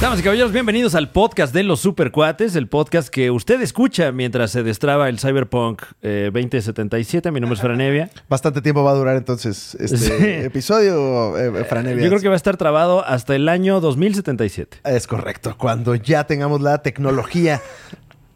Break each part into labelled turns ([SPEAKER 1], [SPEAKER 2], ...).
[SPEAKER 1] Damas y caballeros, bienvenidos al podcast de los supercuates, el podcast que usted escucha mientras se destraba el Cyberpunk eh, 2077. Mi nombre es Franevia.
[SPEAKER 2] Bastante tiempo va a durar entonces este
[SPEAKER 1] Sí.
[SPEAKER 2] episodio, eh, Fran Evia.
[SPEAKER 1] Yo creo que va a estar trabado hasta el año 2077.
[SPEAKER 2] Es correcto. Cuando ya tengamos la tecnología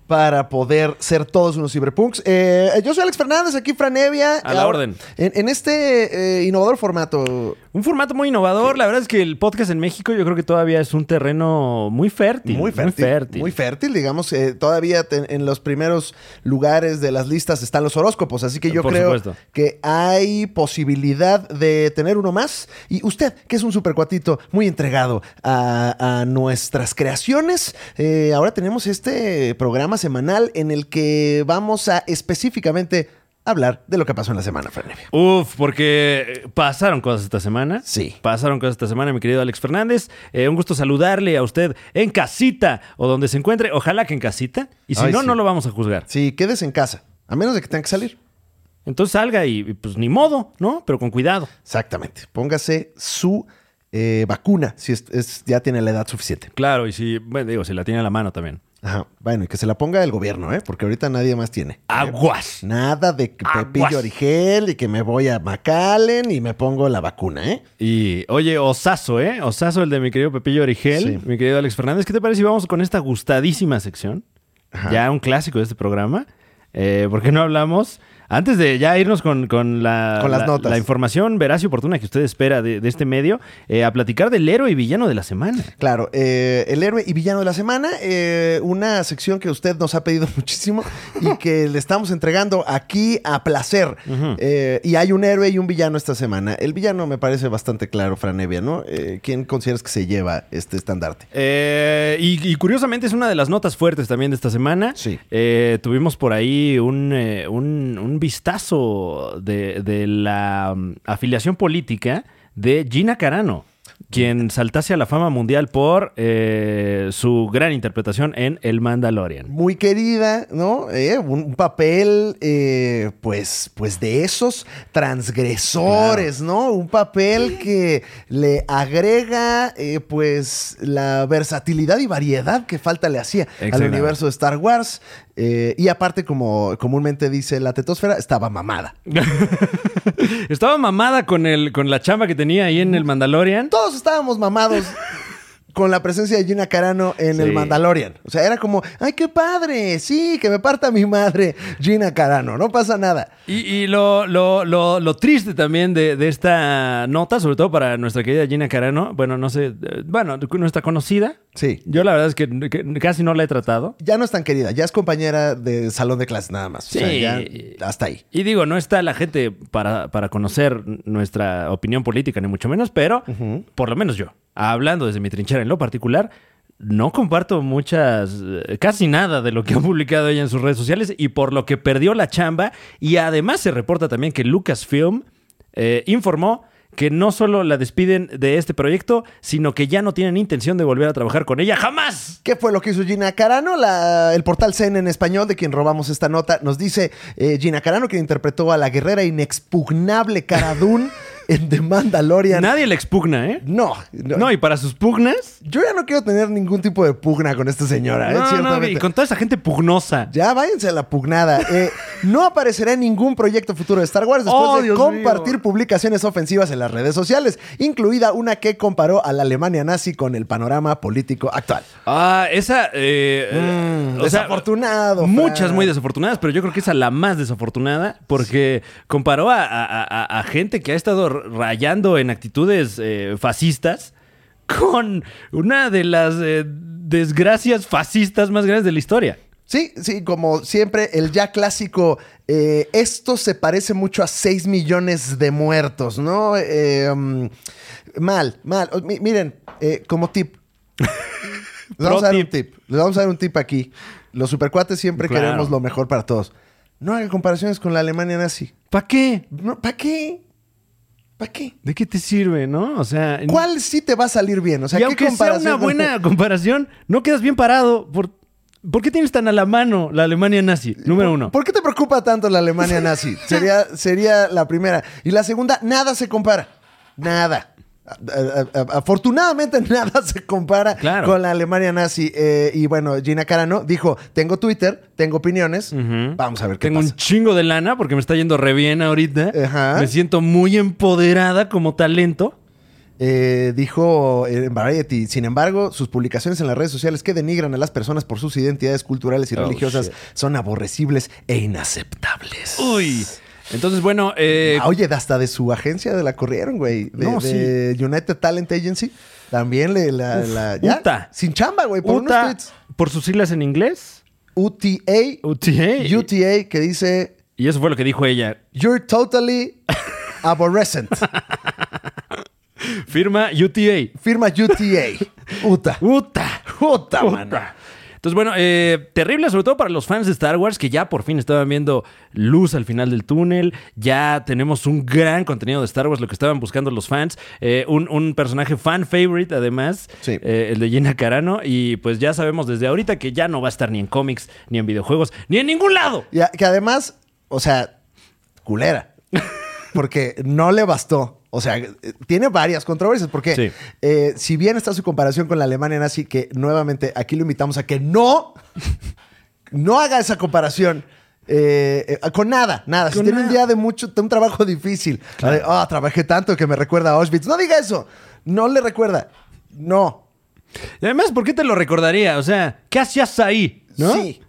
[SPEAKER 2] para poder ser todos unos ciberpunks. Eh, yo soy Alex Fernández, aquí Franevia.
[SPEAKER 1] A la orden.
[SPEAKER 2] En, en este eh, innovador formato.
[SPEAKER 1] Un formato muy innovador. La verdad es que el podcast en México yo creo que todavía es un terreno muy fértil.
[SPEAKER 2] Muy fértil, muy fértil. digamos. eh, todavía te- en los primeros lugares de las listas están los horóscopos, así que yo
[SPEAKER 1] Por
[SPEAKER 2] creo
[SPEAKER 1] supuesto.
[SPEAKER 2] que hay posibilidad de tener uno más. Y usted, que es un supercuatito muy entregado a, a nuestras creaciones, eh, ahora tenemos este programa semanal en el que vamos a específicamente hablar de lo que pasó en la semana, Fran Evia.
[SPEAKER 1] Uf, porque eh, pasaron cosas esta semana.
[SPEAKER 2] Sí.
[SPEAKER 1] Pasaron cosas esta semana, mi querido Alex Fernández. Eh, un gusto saludarle a usted en casita o donde se encuentre. Ojalá que en casita. Y si
[SPEAKER 2] Ay,
[SPEAKER 1] no,
[SPEAKER 2] sí.
[SPEAKER 1] no lo vamos a juzgar.
[SPEAKER 2] Sí, quédese en casa, a menos de que tenga que salir.
[SPEAKER 1] Entonces salga y y, pues ni modo, ¿no? Pero con cuidado.
[SPEAKER 2] Exactamente. Póngase su eh, vacuna si es- es- ya tiene la edad suficiente.
[SPEAKER 1] Claro, y si, bueno, digo, si la tiene a la mano también.
[SPEAKER 2] Ajá. Bueno, y que se la ponga el gobierno, ¿eh? Porque ahorita nadie más tiene. Eh,
[SPEAKER 1] Aguas.
[SPEAKER 2] Nada de que
[SPEAKER 1] Ah, Aguas.
[SPEAKER 2] Pepillo Origel y que me voy a Macalen y me pongo la vacuna, ¿eh?
[SPEAKER 1] Y oye, osazo, ¿eh? Osazo el de mi querido Pepillo Origel,
[SPEAKER 2] Sí.
[SPEAKER 1] mi querido Alex Fernández. ¿Qué te parece si vamos con esta gustadísima sección?
[SPEAKER 2] Ajá.
[SPEAKER 1] Ya un clásico de este programa. Eh, ¿Por qué no hablamos? Antes de ya irnos con, con la,
[SPEAKER 2] Con las
[SPEAKER 1] la-
[SPEAKER 2] notas.
[SPEAKER 1] la información veraz y oportuna que usted espera de, de este medio, eh, a platicar del héroe y villano de la semana.
[SPEAKER 2] Claro, eh, el héroe y villano de la semana, eh, una sección que usted nos ha pedido muchísimo y que le estamos entregando aquí a placer. Eh, y hay un héroe y un villano esta semana. El villano me parece bastante claro, Franevia, ¿no? Eh, ¿Quién consideras que se lleva este estandarte?
[SPEAKER 1] Eh, y, y curiosamente es una de las notas fuertes también de esta semana.
[SPEAKER 2] Sí.
[SPEAKER 1] Eh, tuvimos por ahí un, eh, un- un vistazo de, de la mm, afiliación política de Gina Carano, quien saltase a la fama mundial por eh, su gran interpretación en El Mandalorian.
[SPEAKER 2] muy querida, ¿no? Eh, un, un papel, eh, pues, pues de esos transgresores, ¿no? Un papel que le agrega, eh, pues, la versatilidad y variedad que falta le hacía al
[SPEAKER 1] Exactamente.
[SPEAKER 2] universo de Star Wars. Eh, y aparte, como comúnmente dice la tetosfera, estaba mamada.
[SPEAKER 1] Estaba mamada con, el, con la chamba que tenía ahí en El Mandalorian.
[SPEAKER 2] Todos estábamos mamados. Con la presencia de Gina Carano en
[SPEAKER 1] Sí.
[SPEAKER 2] el Mandalorian. O sea, era como, ¡ay, qué padre! Sí, que me parta mi madre, Gina Carano. No pasa nada.
[SPEAKER 1] Y, y lo, lo- lo- lo triste también de, de esta nota, sobre todo para nuestra querida Gina Carano, bueno, no sé, eh, bueno, nuestra conocida.
[SPEAKER 2] Sí.
[SPEAKER 1] Yo la verdad es que, que casi no la he tratado.
[SPEAKER 2] ya no es tan querida, ya es compañera de salón de clases nada más. O sea,
[SPEAKER 1] Sí.
[SPEAKER 2] ya hasta ahí.
[SPEAKER 1] Y digo, no está la gente para, para conocer nuestra opinión política, ni mucho menos, pero por lo menos yo, hablando desde mi trinchera en lo particular, no comparto muchas, eh, casi nada de lo que ha publicado ella en sus redes sociales y por lo que perdió la chamba. Y además se reporta también que Lucasfilm eh, informó que no solo la despiden de este proyecto, sino que ya no tienen intención de volver a trabajar con ella jamás.
[SPEAKER 2] ¿Qué fue lo que hizo Gina Carano? La- el portal CEN en español, de quien robamos esta nota, nos dice eh, Gina Carano, que interpretó a la guerrera inexpugnable Cara Dune en The Mandalorian.
[SPEAKER 1] Nadie le expugna, ¿eh?
[SPEAKER 2] No,
[SPEAKER 1] No,
[SPEAKER 2] no,
[SPEAKER 1] y para sus pugnas.
[SPEAKER 2] Yo ya no quiero tener ningún tipo de pugna con esta señora, ¿eh?
[SPEAKER 1] No, no,
[SPEAKER 2] Ciertamente.
[SPEAKER 1] y con toda esa gente pugnosa.
[SPEAKER 2] Ya váyanse a la pugnada. Eh, no aparecerá en ningún proyecto futuro de Star Wars después
[SPEAKER 1] Oh,
[SPEAKER 2] de
[SPEAKER 1] Dios
[SPEAKER 2] compartir
[SPEAKER 1] mío.
[SPEAKER 2] publicaciones ofensivas en las redes sociales, incluida una que comparó a la Alemania nazi con el panorama político actual.
[SPEAKER 1] Ah, esa. eh,
[SPEAKER 2] Mm,
[SPEAKER 1] o sea,
[SPEAKER 2] desafortunado, Fran.
[SPEAKER 1] muchas muy desafortunadas, pero yo creo que esa la más desafortunada porque comparó a, a- a- a gente que ha estado rayando en actitudes eh, fascistas con una de las eh, desgracias fascistas más grandes de la historia.
[SPEAKER 2] Sí, sí, como siempre, el ya clásico, eh, esto se parece mucho a 6 millones de muertos, ¿no? Eh, mm, mal, mal. O- mi- miren, eh, como tip. Les vamos a dar
[SPEAKER 1] Pro
[SPEAKER 2] un tip. Les vamos a dar un tip aquí. Los supercuates siempre
[SPEAKER 1] Claro.
[SPEAKER 2] queremos lo mejor para todos. No hagan comparaciones con la Alemania nazi.
[SPEAKER 1] ¿Para qué?
[SPEAKER 2] ¿Para qué? ¿Para qué?
[SPEAKER 1] ¿De qué te sirve, no? O sea.
[SPEAKER 2] ¿Cuál sí te va a salir bien? O sea,
[SPEAKER 1] y
[SPEAKER 2] ¿qué
[SPEAKER 1] aunque sea
[SPEAKER 2] comparación
[SPEAKER 1] una
[SPEAKER 2] con-
[SPEAKER 1] buena comparación, no quedas bien parado. ¿Por, ¿por qué tienes tan a la mano la Alemania nazi? Número uno.
[SPEAKER 2] ¿Por qué te preocupa tanto la Alemania nazi? Sería, sería la primera. Y la segunda, nada se compara. Nada. a- a- a- afortunadamente nada se compara
[SPEAKER 1] Claro.
[SPEAKER 2] con la Alemania nazi. Eh, y bueno, Gina Carano dijo, tengo Twitter, tengo opiniones, vamos a ver qué
[SPEAKER 1] Tengo
[SPEAKER 2] pasa.
[SPEAKER 1] un chingo de lana porque me está yendo re bien ahorita.
[SPEAKER 2] Ajá.
[SPEAKER 1] Me siento muy empoderada como talento.
[SPEAKER 2] Eh, dijo en Variety, sin embargo, sus publicaciones en las redes sociales que denigran a las personas por sus identidades culturales y
[SPEAKER 1] Oh,
[SPEAKER 2] religiosas
[SPEAKER 1] shit.
[SPEAKER 2] son aborrecibles e inaceptables.
[SPEAKER 1] Uy. Entonces, bueno, eh,
[SPEAKER 2] Ah, oye, de- hasta de su agencia de la corrieron, güey. De,
[SPEAKER 1] No,
[SPEAKER 2] de United Talent Agency. También le la, la- ya,
[SPEAKER 1] UTA.
[SPEAKER 2] Sin chamba, güey. Por unos
[SPEAKER 1] UTA,
[SPEAKER 2] tweets.
[SPEAKER 1] por sus siglas en inglés,
[SPEAKER 2] UTA.
[SPEAKER 1] UTA.
[SPEAKER 2] UTA que dice
[SPEAKER 1] Y eso fue lo que dijo ella.
[SPEAKER 2] You're totally aborrecent.
[SPEAKER 1] Firma UTA.
[SPEAKER 2] Firma UTA. UTA.
[SPEAKER 1] Uta.
[SPEAKER 2] UTA, mano.
[SPEAKER 1] Puta. Entonces, bueno, eh, terrible sobre todo para los fans de Star Wars que ya por fin estaban viendo luz al final del túnel. Ya tenemos un gran contenido de Star Wars, lo que estaban buscando los fans. Eh, un, un personaje fan favorite, además,
[SPEAKER 2] Sí.
[SPEAKER 1] eh, el de Gina Carano. Y pues ya sabemos desde ahorita que ya no va a estar ni en cómics, ni en videojuegos, ni en ningún lado.
[SPEAKER 2] Y a- que además, o sea, culera. Porque no le bastó. O sea, eh, tiene varias controversias. Porque
[SPEAKER 1] Sí.
[SPEAKER 2] eh, si bien está su comparación con la Alemania nazi, que nuevamente aquí lo invitamos a que no, no haga esa comparación. eh, eh, con nada, nada. si
[SPEAKER 1] Con
[SPEAKER 2] tiene un
[SPEAKER 1] nada.
[SPEAKER 2] día de mucho, de un trabajo difícil. Ah, de, "Ah, trabajé tanto que me recuerda a Auschwitz. No diga eso. No le recuerda. No.
[SPEAKER 1] Y además, ¿por qué te lo recordaría? O sea, ¿qué hacías ahí? ¿No?
[SPEAKER 2] Sí.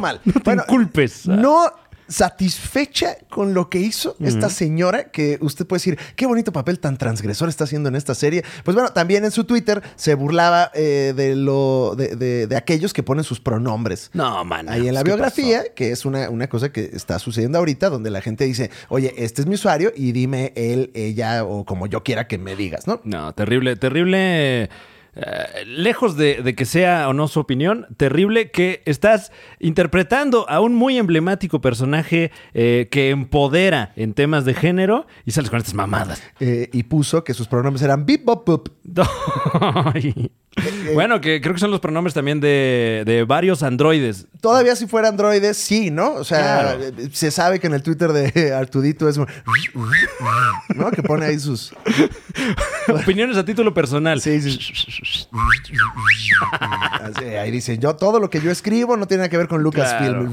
[SPEAKER 2] mal. No
[SPEAKER 1] te inculpes.
[SPEAKER 2] No satisfecha con lo que hizo esta señora, que usted puede decir, qué bonito papel tan transgresor está haciendo en esta serie. Pues bueno, también en su Twitter se burlaba eh, de, lo, de, de- de aquellos que ponen sus pronombres.
[SPEAKER 1] No, man.
[SPEAKER 2] Ahí en la
[SPEAKER 1] Pues, ¿qué
[SPEAKER 2] biografía, que es una, una cosa que está sucediendo ahorita, donde la gente dice, oye, este es mi usuario y dime él, ella o como yo quiera que me digas, ¿no?
[SPEAKER 1] No, terrible, terrible. eh, lejos de, de que sea o no su opinión, terrible que estás interpretando a un muy emblemático personaje eh, que empodera en temas de género y sales con estas mamadas.
[SPEAKER 2] Eh, y puso que sus pronombres eran bip, bop, boop.
[SPEAKER 1] Ay. bueno, que creo que son los pronombres también de, de varios androides.
[SPEAKER 2] Todavía si fuera androides, sí, ¿no? O sea,
[SPEAKER 1] Claro.
[SPEAKER 2] eh, se sabe que en el Twitter de Artudito es un... ¿No? Que pone ahí sus...
[SPEAKER 1] Opiniones a título personal.
[SPEAKER 2] Sí, sí. Así, ahí dicen, yo todo lo que yo escribo no tiene nada que ver con Lucasfilm.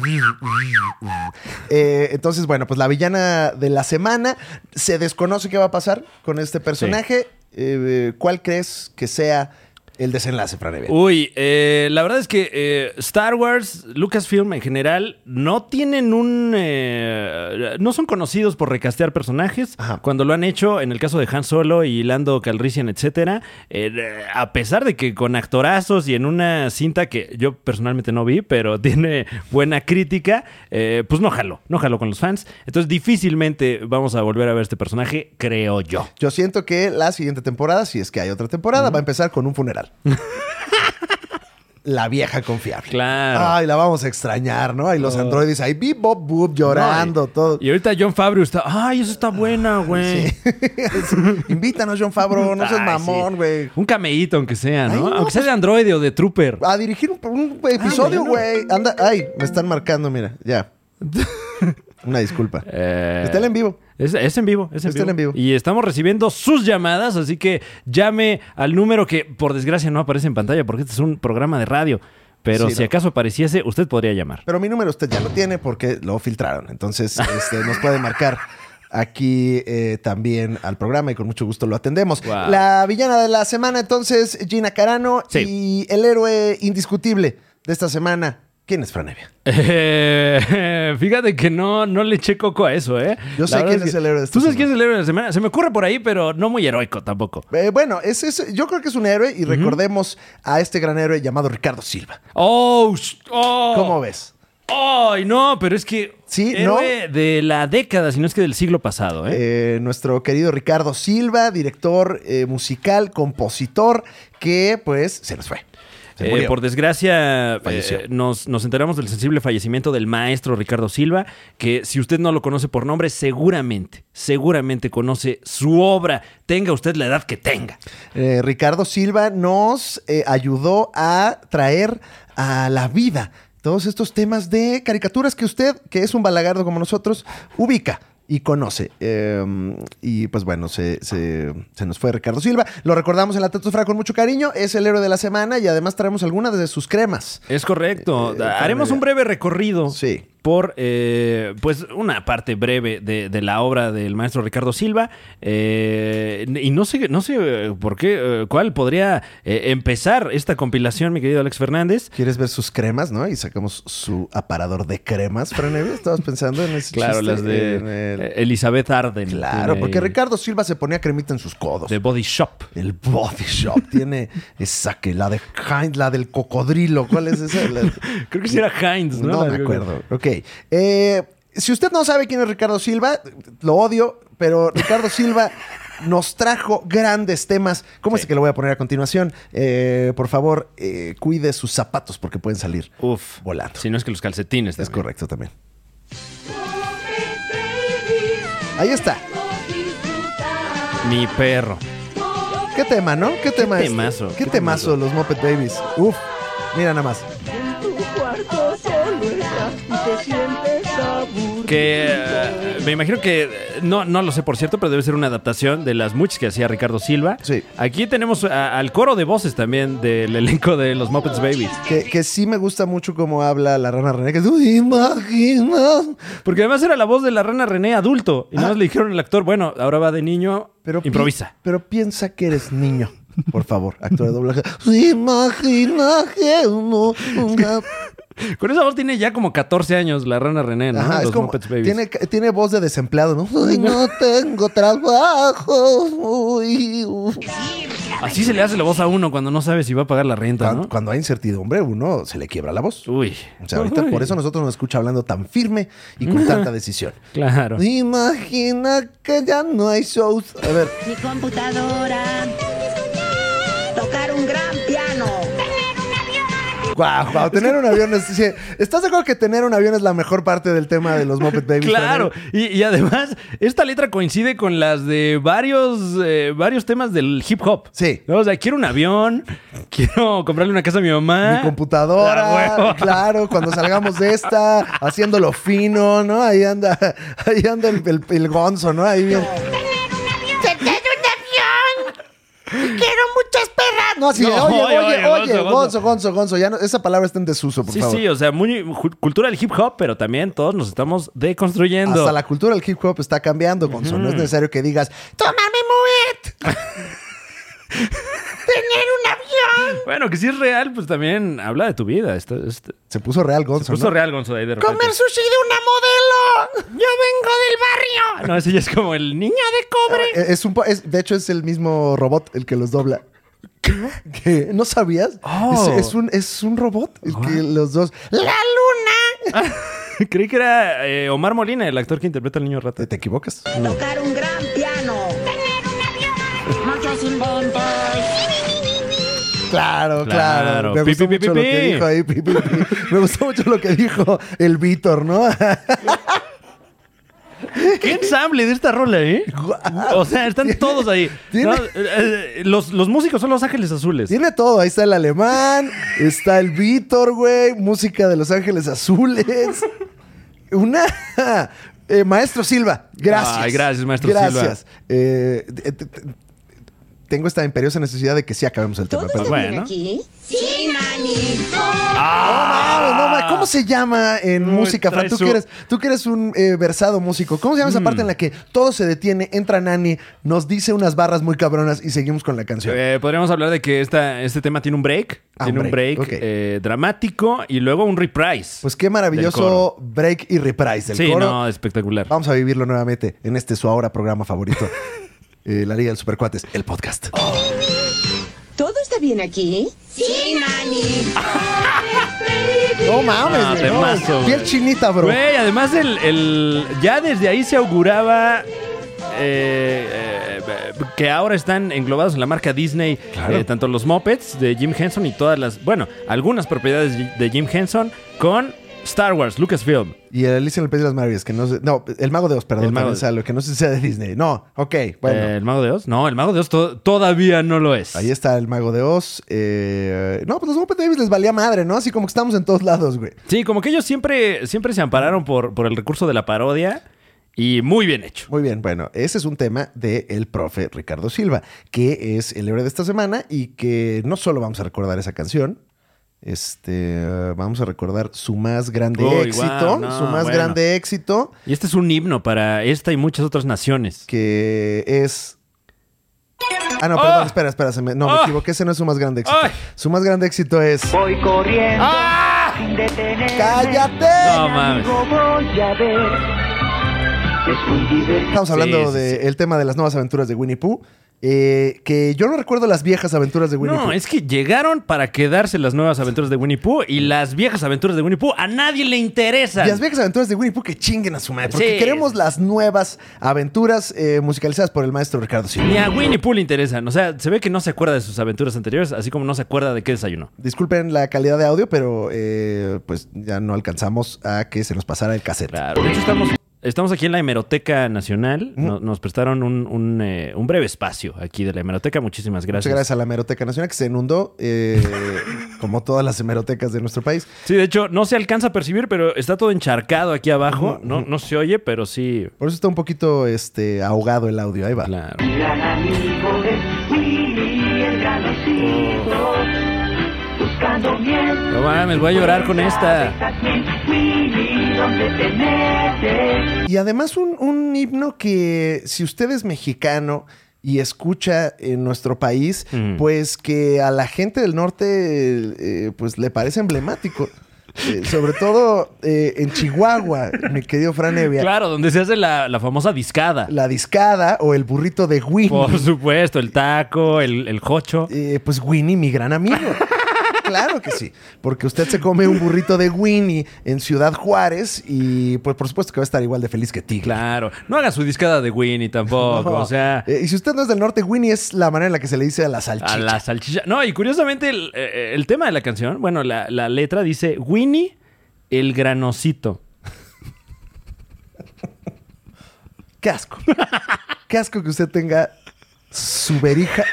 [SPEAKER 2] Eh, entonces, bueno, pues la villana de la semana, se desconoce qué va a pasar con este personaje. Eh, ¿Cuál crees que sea el desenlace, Fran Evia?
[SPEAKER 1] Uy, eh, la verdad es que eh, Star Wars, Lucasfilm en general, no tienen un... eh, no son conocidos por recastear personajes.
[SPEAKER 2] Ajá.
[SPEAKER 1] Cuando lo han hecho, en el caso de Han Solo y Lando Calrissian, etcétera, eh, eh, a pesar de que con actorazos y en una cinta que yo personalmente no vi, pero tiene buena crítica, eh, pues no jaló, no jaló con los fans. Entonces difícilmente vamos a volver a ver este personaje, creo yo.
[SPEAKER 2] Yo siento que la siguiente temporada, si es que hay otra temporada, va a empezar con un funeral. la vieja confiable.
[SPEAKER 1] Claro.
[SPEAKER 2] Ay, la vamos a extrañar, ¿no? Y los androides ahí, bip, bop, boop, llorando,
[SPEAKER 1] No, y-
[SPEAKER 2] todo.
[SPEAKER 1] Y ahorita John Favreau está, ay, eso está buena, güey.
[SPEAKER 2] Sí, Invítanos, John Favreau, no seas
[SPEAKER 1] Ay,
[SPEAKER 2] mamón,
[SPEAKER 1] sí.
[SPEAKER 2] güey.
[SPEAKER 1] Un cameíto, aunque sea, ¿no?
[SPEAKER 2] Ay, no, pues
[SPEAKER 1] aunque sea de androide o de Trooper.
[SPEAKER 2] A dirigir un, un episodio,
[SPEAKER 1] bueno.
[SPEAKER 2] güey. Anda, ay, me están marcando, mira, ya. Una disculpa.
[SPEAKER 1] Eh,
[SPEAKER 2] Está en vivo.
[SPEAKER 1] Es, es en vivo, es en,
[SPEAKER 2] Está
[SPEAKER 1] vivo.
[SPEAKER 2] en vivo.
[SPEAKER 1] Y estamos recibiendo sus llamadas, así que llame al número que por desgracia no aparece en pantalla porque este es un programa de radio. Pero
[SPEAKER 2] Sí,
[SPEAKER 1] si
[SPEAKER 2] no.
[SPEAKER 1] acaso apareciese, usted podría llamar.
[SPEAKER 2] Pero mi número usted ya lo tiene porque lo filtraron. Entonces, este, nos puede marcar aquí eh, también al programa y con mucho gusto lo atendemos.
[SPEAKER 1] Wow.
[SPEAKER 2] La villana de la semana, entonces, Gina Carano
[SPEAKER 1] Sí.
[SPEAKER 2] y el héroe indiscutible de esta semana. ¿Quién es Franevia?
[SPEAKER 1] Eh, fíjate que no, no le eché coco a eso, ¿eh?
[SPEAKER 2] Yo sé
[SPEAKER 1] verdad
[SPEAKER 2] quién es el héroe de esta
[SPEAKER 1] ¿Tú sabes quién
[SPEAKER 2] semana.
[SPEAKER 1] es el héroe de la semana? Se me ocurre por ahí, pero no muy heroico tampoco.
[SPEAKER 2] Eh, bueno, es, es- yo creo que es un héroe y recordemos a este gran héroe llamado Ricardo Silva.
[SPEAKER 1] ¡Oh! sh- oh.
[SPEAKER 2] ¿Cómo ves?
[SPEAKER 1] ¡Ay, no! Pero es que.
[SPEAKER 2] Sí,
[SPEAKER 1] héroe de la década, si no es que del siglo pasado, ¿eh?
[SPEAKER 2] Eh, nuestro querido Ricardo Silva, director eh, musical, compositor, que pues se nos fue. Se
[SPEAKER 1] Eh,
[SPEAKER 2] murió.
[SPEAKER 1] por desgracia,
[SPEAKER 2] Falleció.
[SPEAKER 1] eh, nos, nos enteramos del sensible fallecimiento del maestro Ricardo Silva, que si usted no lo conoce por nombre, seguramente, seguramente conoce su obra, tenga usted la edad que tenga.
[SPEAKER 2] Eh, Ricardo Silva nos eh, ayudó a traer a la vida todos estos temas de caricaturas que usted, que es un balagardo como nosotros, ubica. y conoce. Eh, y pues bueno, se, se- se nos fue Ricardo Silva. Lo recordamos en la tetosfera con mucho cariño. Es el héroe de la semana y además traemos algunas de sus cremas.
[SPEAKER 1] Es correcto.
[SPEAKER 2] Eh, eh,
[SPEAKER 1] Haremos
[SPEAKER 2] Carmen,
[SPEAKER 1] un breve recorrido
[SPEAKER 2] Sí.
[SPEAKER 1] por, eh, pues, una parte breve de, de la obra del maestro Ricardo Silva. Eh, y no sé, no sé eh, por qué, eh, cuál podría eh, empezar esta compilación, mi querido Alex Fernández.
[SPEAKER 2] ¿Quieres ver sus cremas, no? Y sacamos su aparador de cremas, Fran Evia. Estabas pensando en ese
[SPEAKER 1] Claro,
[SPEAKER 2] chiste,
[SPEAKER 1] las de
[SPEAKER 2] en el-
[SPEAKER 1] eh, Elizabeth Arden.
[SPEAKER 2] Claro,
[SPEAKER 1] Tiene
[SPEAKER 2] porque Ricardo Silva se ponía cremita en sus codos.
[SPEAKER 1] De Body Shop.
[SPEAKER 2] El Body Shop tiene esa que la de Heinz, la del cocodrilo. ¿Cuál es esa? La-
[SPEAKER 1] Creo que sí era Heinz, ¿no?
[SPEAKER 2] No
[SPEAKER 1] La-
[SPEAKER 2] me acuerdo. Ok. Eh, si usted no sabe quién es Ricardo Silva, lo odio, pero Ricardo Silva nos trajo grandes temas. ¿Cómo es
[SPEAKER 1] Sí.
[SPEAKER 2] que lo voy a poner a continuación? Eh, por favor, eh, cuide sus zapatos porque pueden salir
[SPEAKER 1] Uf.
[SPEAKER 2] volando.
[SPEAKER 1] Si no es que los calcetines.
[SPEAKER 2] Es
[SPEAKER 1] también.
[SPEAKER 2] correcto también. Ahí está.
[SPEAKER 1] Mi perro.
[SPEAKER 2] ¿Qué tema, no? ¿Qué tema este?
[SPEAKER 1] temazo,
[SPEAKER 2] ¿Qué
[SPEAKER 1] qué
[SPEAKER 2] temazo
[SPEAKER 1] temazo.
[SPEAKER 2] los Muppet Babies? Uf. Mira nada más.
[SPEAKER 3] En tu cuarto solo estás y te sientes aburrido.
[SPEAKER 1] Que eh, me imagino que, eh, no, no lo sé por cierto, pero debe ser una adaptación de las muchas que hacía Ricardo Silva.
[SPEAKER 2] Sí.
[SPEAKER 1] Aquí tenemos a- al coro de voces también del elenco de los Muppets Babies.
[SPEAKER 2] Que, que sí me gusta mucho cómo habla la rana René. Que tú imaginas.
[SPEAKER 1] Porque además era la voz de la rana René adulto. Y nada más le dijeron al actor, bueno, ahora va de niño,
[SPEAKER 2] Ah. Pero pi-
[SPEAKER 1] improvisa.
[SPEAKER 2] pero piensa que eres niño. Por favor, actor de doblaje. Imagina que uno. una-
[SPEAKER 1] Con esa voz tiene ya como 14 años la rana René, ¿no?
[SPEAKER 2] Ajá,
[SPEAKER 1] los
[SPEAKER 2] es como.
[SPEAKER 1] Muppets Babies.
[SPEAKER 2] Tiene, tiene voz de desempleado, ¿no? Uy, no tengo trabajo. uy, uf.
[SPEAKER 1] Así se le hace la voz a uno cuando no sabe si va a pagar la renta,
[SPEAKER 2] Cuando,
[SPEAKER 1] ¿no?
[SPEAKER 2] cuando hay incertidumbre, uno se le quiebra la voz.
[SPEAKER 1] Uy.
[SPEAKER 2] O sea, ahorita
[SPEAKER 1] Uy.
[SPEAKER 2] por eso nosotros nos escucha hablando tan firme y con tanta decisión.
[SPEAKER 1] Claro.
[SPEAKER 2] Imagina que ya no hay shows. A ver,
[SPEAKER 4] Mi computadora. Tocar un gran piano.
[SPEAKER 2] guau, guau, tener un avión es. sí, ¿Estás de acuerdo que tener un avión es la mejor parte del tema de los Muppet Babies?
[SPEAKER 1] Claro, y, y además esta letra coincide con las de varios, eh, varios temas del hip hop.
[SPEAKER 2] Sí.
[SPEAKER 1] ¿No? O sea, quiero un avión, quiero comprarle una casa a mi mamá.
[SPEAKER 2] Mi computadora,
[SPEAKER 1] Ah, huevo.
[SPEAKER 2] claro, cuando salgamos de esta, haciéndolo fino, ¿no? Ahí anda, ahí anda el, el- el gonzo, ¿no? Ahí bien.
[SPEAKER 4] ¡Tener un avión! ¡Quiero muchas perras!
[SPEAKER 2] No, así,
[SPEAKER 1] No,
[SPEAKER 2] oye,
[SPEAKER 1] oye,
[SPEAKER 2] oye, oye,
[SPEAKER 1] oye, gonzo,
[SPEAKER 2] gonzo, gonzo, gonzo, ya no- esa palabra está en desuso, por
[SPEAKER 1] Sí,
[SPEAKER 2] favor.
[SPEAKER 1] sí, o sea, muy ju- cultura del hip hop, pero también todos nos estamos deconstruyendo.
[SPEAKER 2] Hasta la cultura del hip hop está cambiando, Gonzo.
[SPEAKER 1] Mm.
[SPEAKER 2] No es necesario que digas, ¡Toma mi muet!
[SPEAKER 4] ¡Tener un avión!
[SPEAKER 1] Bueno, que si es real, pues también habla de tu vida. Esto- esto-
[SPEAKER 2] Se puso real, Gonzo.
[SPEAKER 1] Justo
[SPEAKER 2] ¿no?
[SPEAKER 1] real, Gonzo, de ahí de repente.
[SPEAKER 4] ¡Comer sushi de una modelo! ¡Yo vengo del barrio!
[SPEAKER 1] Ah, No, ese ya es como el niño de cobre.
[SPEAKER 2] Eh, Es un po- es- de hecho, es el mismo robot el que los dobla. ¿Qué? ¿No sabías?
[SPEAKER 1] Oh.
[SPEAKER 2] Es, es un, es un robot el que los dos.
[SPEAKER 4] ¡La luna!
[SPEAKER 1] Creí que era eh, Omar Molina, el actor que interpreta al niño rata.
[SPEAKER 2] Te, te equivocas.
[SPEAKER 4] Tocar un gran piano. Muchos inventos.
[SPEAKER 2] Claro, claro.
[SPEAKER 1] Claro.
[SPEAKER 2] Me
[SPEAKER 1] Pi,
[SPEAKER 2] gustó
[SPEAKER 1] pi, pi,
[SPEAKER 2] mucho lo
[SPEAKER 1] pi,
[SPEAKER 2] que
[SPEAKER 1] pi.
[SPEAKER 2] dijo ahí. pi, pi, pi. Me gustó mucho lo que dijo el Víctor, ¿no?
[SPEAKER 1] Qué ensamble de esta rola, ¿eh?
[SPEAKER 2] Guau.
[SPEAKER 1] O sea, están todos ahí.
[SPEAKER 2] tiene-
[SPEAKER 1] No, eh, eh, los, los músicos son los ángeles azules.
[SPEAKER 2] Tiene Pues todo. Ahí está el alemán, está el Víctor, güey. Música de Los Ángeles Azules. Una. eh, Maestro Silva, gracias.
[SPEAKER 1] Ay, gracias, Maestro
[SPEAKER 2] Gracias. Eh, te- te- te- tengo esta imperiosa necesidad de que sí acabemos el tema. Perdón.
[SPEAKER 1] Pues Bueno.
[SPEAKER 4] aquí? ¡Sí, nani!
[SPEAKER 1] ¡Ah!
[SPEAKER 2] Ah, no, ma- ¿Cómo se llama en
[SPEAKER 1] Muy
[SPEAKER 2] música, Fran? Tú
[SPEAKER 1] traizo-
[SPEAKER 2] que eres, tú que eres un eh, versado músico. ¿Cómo se llama esa
[SPEAKER 1] Mm.
[SPEAKER 2] parte en la que todo se detiene, entra Nani, nos dice unas barras muy cabronas y seguimos con la canción?
[SPEAKER 1] Eh, podríamos hablar de que esta, este tema tiene un break.
[SPEAKER 2] Ah,
[SPEAKER 1] tiene
[SPEAKER 2] un
[SPEAKER 1] un
[SPEAKER 2] break,
[SPEAKER 1] break,
[SPEAKER 2] ok.
[SPEAKER 1] eh, dramático y luego un reprise.
[SPEAKER 2] Pues qué
[SPEAKER 1] del
[SPEAKER 2] maravilloso
[SPEAKER 1] coro.
[SPEAKER 2] break y reprise del
[SPEAKER 1] Sí,
[SPEAKER 2] coro.
[SPEAKER 1] no, espectacular.
[SPEAKER 2] Vamos a vivirlo nuevamente en este su ahora programa favorito. Eh, la Liga del Supercuates, el podcast.
[SPEAKER 1] Oh,
[SPEAKER 4] ¿Todo está bien aquí? ¡Sí, nani!
[SPEAKER 2] No mames,
[SPEAKER 1] Ah,
[SPEAKER 2] güey, no.
[SPEAKER 1] temazo, güey.
[SPEAKER 2] Piel chinita, bro.
[SPEAKER 1] Güey, además el, el- ya desde ahí se auguraba eh, eh, que ahora están englobados en la marca Disney
[SPEAKER 2] Claro.
[SPEAKER 1] eh, tanto los Muppets de Jim Henson y todas las, bueno, algunas propiedades de Jim Henson con Star Wars, Lucasfilm.
[SPEAKER 2] Y el Alicia en el País de las Maravillas, que no sé. No, el Mago de Oz, perdón,
[SPEAKER 1] El Mago
[SPEAKER 2] también
[SPEAKER 1] de-
[SPEAKER 2] sea lo que no sé si sea de Disney. No, ok, bueno.
[SPEAKER 1] Eh, ¿El Mago de Oz? No, el Mago de Oz to- todavía no lo es.
[SPEAKER 2] Ahí está el Mago de Oz. eh, no, pues los Muppet Babies les valía madre, ¿no? Así como que estamos en todos lados, güey.
[SPEAKER 1] Sí, como que ellos siempre, siempre se ampararon por, por el recurso de la parodia Y muy bien hecho.
[SPEAKER 2] Muy bien, bueno, ese es un tema del el profe Ricardo Silva, que es el héroe de esta semana y que no solo vamos a recordar esa canción, este, eh, vamos a recordar su más grande
[SPEAKER 1] Uy,
[SPEAKER 2] éxito,
[SPEAKER 1] guau, no,
[SPEAKER 2] su más
[SPEAKER 1] bueno.
[SPEAKER 2] grande éxito,
[SPEAKER 1] Y este es un himno para esta y muchas otras naciones.
[SPEAKER 2] que es... Ah, no,
[SPEAKER 1] ¡Ah!
[SPEAKER 2] perdón, espera, espera, se me- no, me
[SPEAKER 1] ¡Ah!
[SPEAKER 2] equivoqué, ese no es su más grande éxito.
[SPEAKER 1] ¡Ay!
[SPEAKER 2] Su más grande éxito es...
[SPEAKER 5] Voy corriendo
[SPEAKER 1] ¡Ah!
[SPEAKER 5] sin detenerme.
[SPEAKER 2] ¡Cállate!
[SPEAKER 1] No mames.
[SPEAKER 5] Algo voy a ver. Es muy divertido.
[SPEAKER 2] Estamos hablando
[SPEAKER 1] Sí, sí,
[SPEAKER 2] del tema de las nuevas aventuras de Winnie Pooh, eh, que yo no recuerdo las viejas aventuras de Winnie
[SPEAKER 1] No,
[SPEAKER 2] Pooh.
[SPEAKER 1] es que llegaron para quedarse las nuevas aventuras de Winnie Pooh y las viejas aventuras de Winnie Pooh a nadie le interesan.
[SPEAKER 2] Y las viejas aventuras de Winnie Pooh que chinguen a su madre. Porque
[SPEAKER 1] Sí.
[SPEAKER 2] queremos las nuevas aventuras eh, musicalizadas por el maestro Ricardo Silva.
[SPEAKER 1] Ni a Winnie Pooh le interesan. O sea, se ve que no se acuerda de sus aventuras anteriores, así como no se acuerda de qué desayunó.
[SPEAKER 2] Disculpen la calidad de audio, pero eh, pues ya no alcanzamos a que se nos pasara el cassette.
[SPEAKER 1] Claro. De hecho, estamos, estamos aquí en la Hemeroteca Nacional. No- Nos, prestaron un, un, eh, un breve espacio aquí de la Hemeroteca. Muchísimas
[SPEAKER 2] Muchas
[SPEAKER 1] gracias.
[SPEAKER 2] gracias a la Hemeroteca Nacional que se inundó, eh, como todas las hemerotecas de nuestro país.
[SPEAKER 1] Sí, de hecho, no se alcanza a percibir, pero está todo encharcado aquí abajo. No, no se oye, pero sí.
[SPEAKER 2] Por eso está un poquito este, ahogado el audio. Ahí va.
[SPEAKER 1] Claro.
[SPEAKER 5] Gran amigo de Willy, el granocito. Buscando miel.
[SPEAKER 1] No mames, voy a llorar con esta.
[SPEAKER 5] Estás bien, Willy, ¿dónde te metes?
[SPEAKER 2] Y además un, un himno que si usted es mexicano y escucha en nuestro país,
[SPEAKER 1] Mm.
[SPEAKER 2] pues que a la gente del norte eh, pues le parece emblemático. Eh, sobre todo eh, en Chihuahua, mi querido Fran Evia.
[SPEAKER 1] Claro, donde se hace la, la famosa discada.
[SPEAKER 2] La discada o el burrito de Winnie.
[SPEAKER 1] Por supuesto, el taco, el, el jocho.
[SPEAKER 2] Eh, pues Winnie, mi gran amigo. Claro que sí, porque usted se come un burrito de Winnie en Ciudad Juárez y pues por supuesto que va a estar igual de feliz que ti.
[SPEAKER 1] Claro. No haga su discada de Winnie tampoco.
[SPEAKER 2] No.
[SPEAKER 1] O sea.
[SPEAKER 2] Eh, y si usted no es del norte, Winnie es la manera en la que se le dice a la salchicha.
[SPEAKER 1] A la salchicha. No, y curiosamente el, eh, el tema de la canción, bueno, la, la letra dice Winnie el granocito.
[SPEAKER 2] Qué asco. Qué asco que usted tenga su verija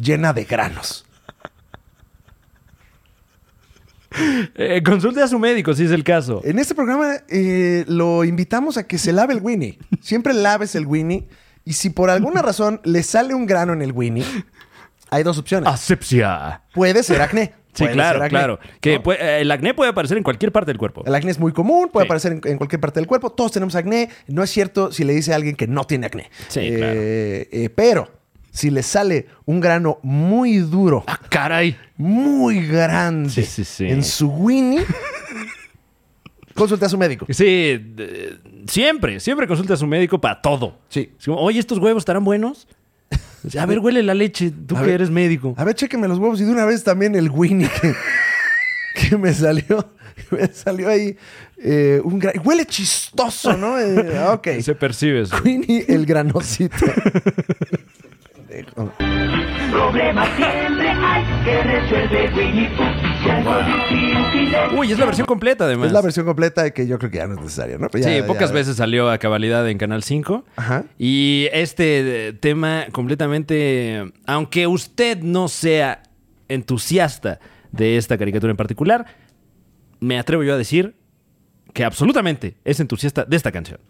[SPEAKER 2] llena de granos.
[SPEAKER 1] Eh, consulte a su médico si es el caso.
[SPEAKER 2] En este programa eh, lo invitamos a que se lave el Winnie. Siempre laves el Winnie. Y si por alguna razón le sale un grano en el Winnie, hay dos opciones.
[SPEAKER 1] Asepsia.
[SPEAKER 2] Puede ser acné.
[SPEAKER 1] Ah. Sí,
[SPEAKER 2] pues, Puede ser
[SPEAKER 1] claro,
[SPEAKER 2] acné.
[SPEAKER 1] claro. Que
[SPEAKER 2] No.
[SPEAKER 1] pue- eh, el acné puede aparecer en cualquier parte del cuerpo.
[SPEAKER 2] El acné es muy común, puede
[SPEAKER 1] Sí.
[SPEAKER 2] aparecer en, en cualquier parte del cuerpo. Todos tenemos acné. No es cierto si le dice a alguien que no tiene acné.
[SPEAKER 1] Sí,
[SPEAKER 2] Eh,
[SPEAKER 1] claro.
[SPEAKER 2] eh, pero si le sale un grano muy duro,
[SPEAKER 1] Ah, caray.
[SPEAKER 2] muy grande
[SPEAKER 1] Sí, sí, sí.
[SPEAKER 2] en su Winnie, consulte a su médico.
[SPEAKER 1] Sí, de- siempre, siempre consulte a su médico para todo.
[SPEAKER 2] Sí.
[SPEAKER 1] Es como, Oye, ¿estos huevos estarán buenos? A ver, huele la leche, tú
[SPEAKER 2] A
[SPEAKER 1] que
[SPEAKER 2] ver.
[SPEAKER 1] eres médico.
[SPEAKER 2] A ver, chéqueme los huevos y de una vez también el Winnie que, que me salió. que me salió ahí eh, un gran. Huele chistoso, ¿no? Eh, ah, ok.
[SPEAKER 1] Se percibe eso.
[SPEAKER 2] Winnie el granocito.
[SPEAKER 5] Problemas siempre hay que resuelve Winnie Pooh. Si algo difícil es
[SPEAKER 1] Uy, es la versión completa, además.
[SPEAKER 2] Es la versión completa que yo creo que ya no es necesaria, ¿no? Pero ya-
[SPEAKER 1] Pues. sí,
[SPEAKER 2] ya-
[SPEAKER 1] pocas veces salió a cabalidad en Canal 5.
[SPEAKER 2] Ajá.
[SPEAKER 1] Y este eh, tema completamente, aunque usted no sea entusiasta de esta caricatura en particular, me atrevo yo a decir que absolutamente es entusiasta de esta canción.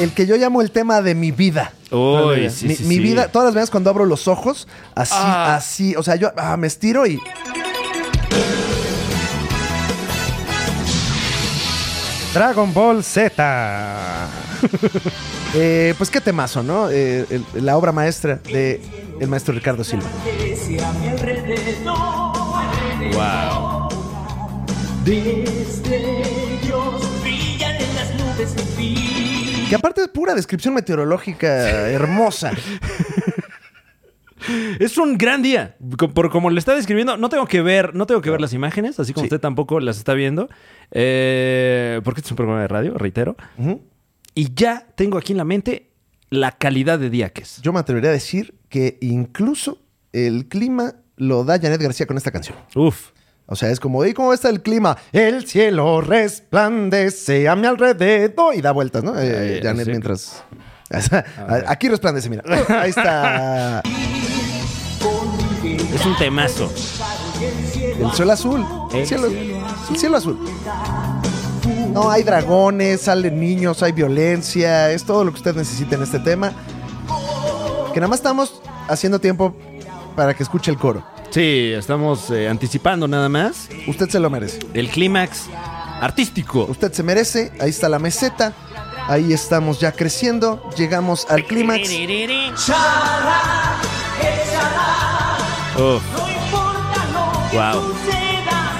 [SPEAKER 2] El que yo llamo el tema de mi vida.
[SPEAKER 1] Uy, sí,
[SPEAKER 2] mi,
[SPEAKER 1] sí,
[SPEAKER 2] mi
[SPEAKER 1] sí.
[SPEAKER 2] vida, todas las veces cuando abro los ojos, así,
[SPEAKER 1] Ah.
[SPEAKER 2] así, o sea, yo ah, me estiro y
[SPEAKER 6] Dragon Ball Z.
[SPEAKER 2] eh, pues qué temazo, ¿no? Eh, el- la obra maestra de el maestro Ricardo Silva.
[SPEAKER 1] Wow.
[SPEAKER 2] Que aparte es pura descripción meteorológica hermosa.
[SPEAKER 1] Es un gran día. Co- Por como le está describiendo, no tengo que ver, no tengo que ver las imágenes, así como usted tampoco las está viendo. eh, porque este es un programa de radio, reitero.
[SPEAKER 2] Ujú.
[SPEAKER 1] Y ya tengo aquí en la mente la calidad de día que es.
[SPEAKER 2] Yo me atrevería a decir que incluso el clima lo da Janet García con esta canción.
[SPEAKER 1] Uf.
[SPEAKER 2] O sea, es como, ¿y cómo está el clima?
[SPEAKER 6] El cielo resplandece a mi alrededor.
[SPEAKER 2] y da vueltas, ¿no? Eh,
[SPEAKER 1] Eh,
[SPEAKER 2] Janet,
[SPEAKER 1] sí.
[SPEAKER 2] mientras. Aquí resplandece, mira. Ahí está.
[SPEAKER 1] Es un temazo.
[SPEAKER 2] El cielo azul. El
[SPEAKER 1] El
[SPEAKER 2] cielo, el cielo azul. No, hay dragones, salen niños, hay violencia. Es todo lo que usted necesita en este tema. Que nada más estamos haciendo tiempo para que escuche el coro.
[SPEAKER 1] Sí, estamos eh, anticipando nada más
[SPEAKER 2] Usted se lo merece.
[SPEAKER 1] el clímax artístico.
[SPEAKER 2] Usted se merece. Ahí está la meseta. Ahí estamos ya creciendo. Llegamos al clímax.
[SPEAKER 1] Uf. Wow.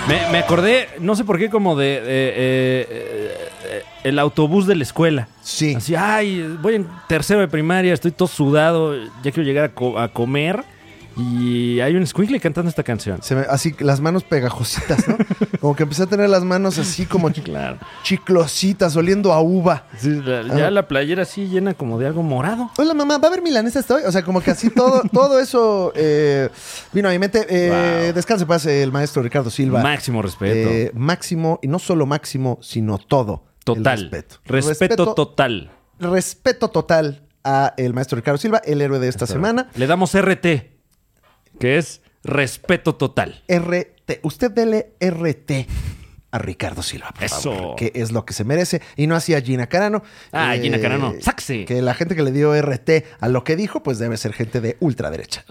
[SPEAKER 1] Me, me acordé, no sé por qué, como de eh, eh, eh, eh, el autobús de la escuela.
[SPEAKER 2] Sí.
[SPEAKER 1] Así, ay, voy en tercero de primaria, estoy todo sudado, ya quiero llegar a, co- a comer. Y hay un squinkle cantando esta canción.
[SPEAKER 2] Se me- así las manos pegajositas, ¿no? Como que empecé a tener las manos así como chi-
[SPEAKER 1] Claro.
[SPEAKER 2] chiclositas, oliendo a uva.
[SPEAKER 1] Sí, la-
[SPEAKER 2] Ah.
[SPEAKER 1] ya la playera así llena como de algo morado.
[SPEAKER 2] Hola mamá, ¿va a haber milanesa hasta hoy? O sea, como que así todo, todo eso eh, vino a mi mente. Eh,
[SPEAKER 1] Wow.
[SPEAKER 2] Descanse en paz eh, el maestro Ricardo Silva.
[SPEAKER 1] Máximo respeto.
[SPEAKER 2] Eh, máximo, y no solo máximo, sino todo. el
[SPEAKER 1] total.
[SPEAKER 2] respeto.
[SPEAKER 1] respeto total.
[SPEAKER 2] respeto total a el maestro Ricardo Silva, el héroe de esta semana.
[SPEAKER 1] Le damos RT, que es respeto total.
[SPEAKER 2] RT. Usted dele RT a Ricardo Silva, por
[SPEAKER 1] Eso.
[SPEAKER 2] favor, que es lo que se merece. Y no así a Gina Carano. Eh,
[SPEAKER 1] Ah, Gina Carano, ¡saxe!
[SPEAKER 2] Que la gente que le dio RT a lo que dijo, pues debe ser gente de ultraderecha,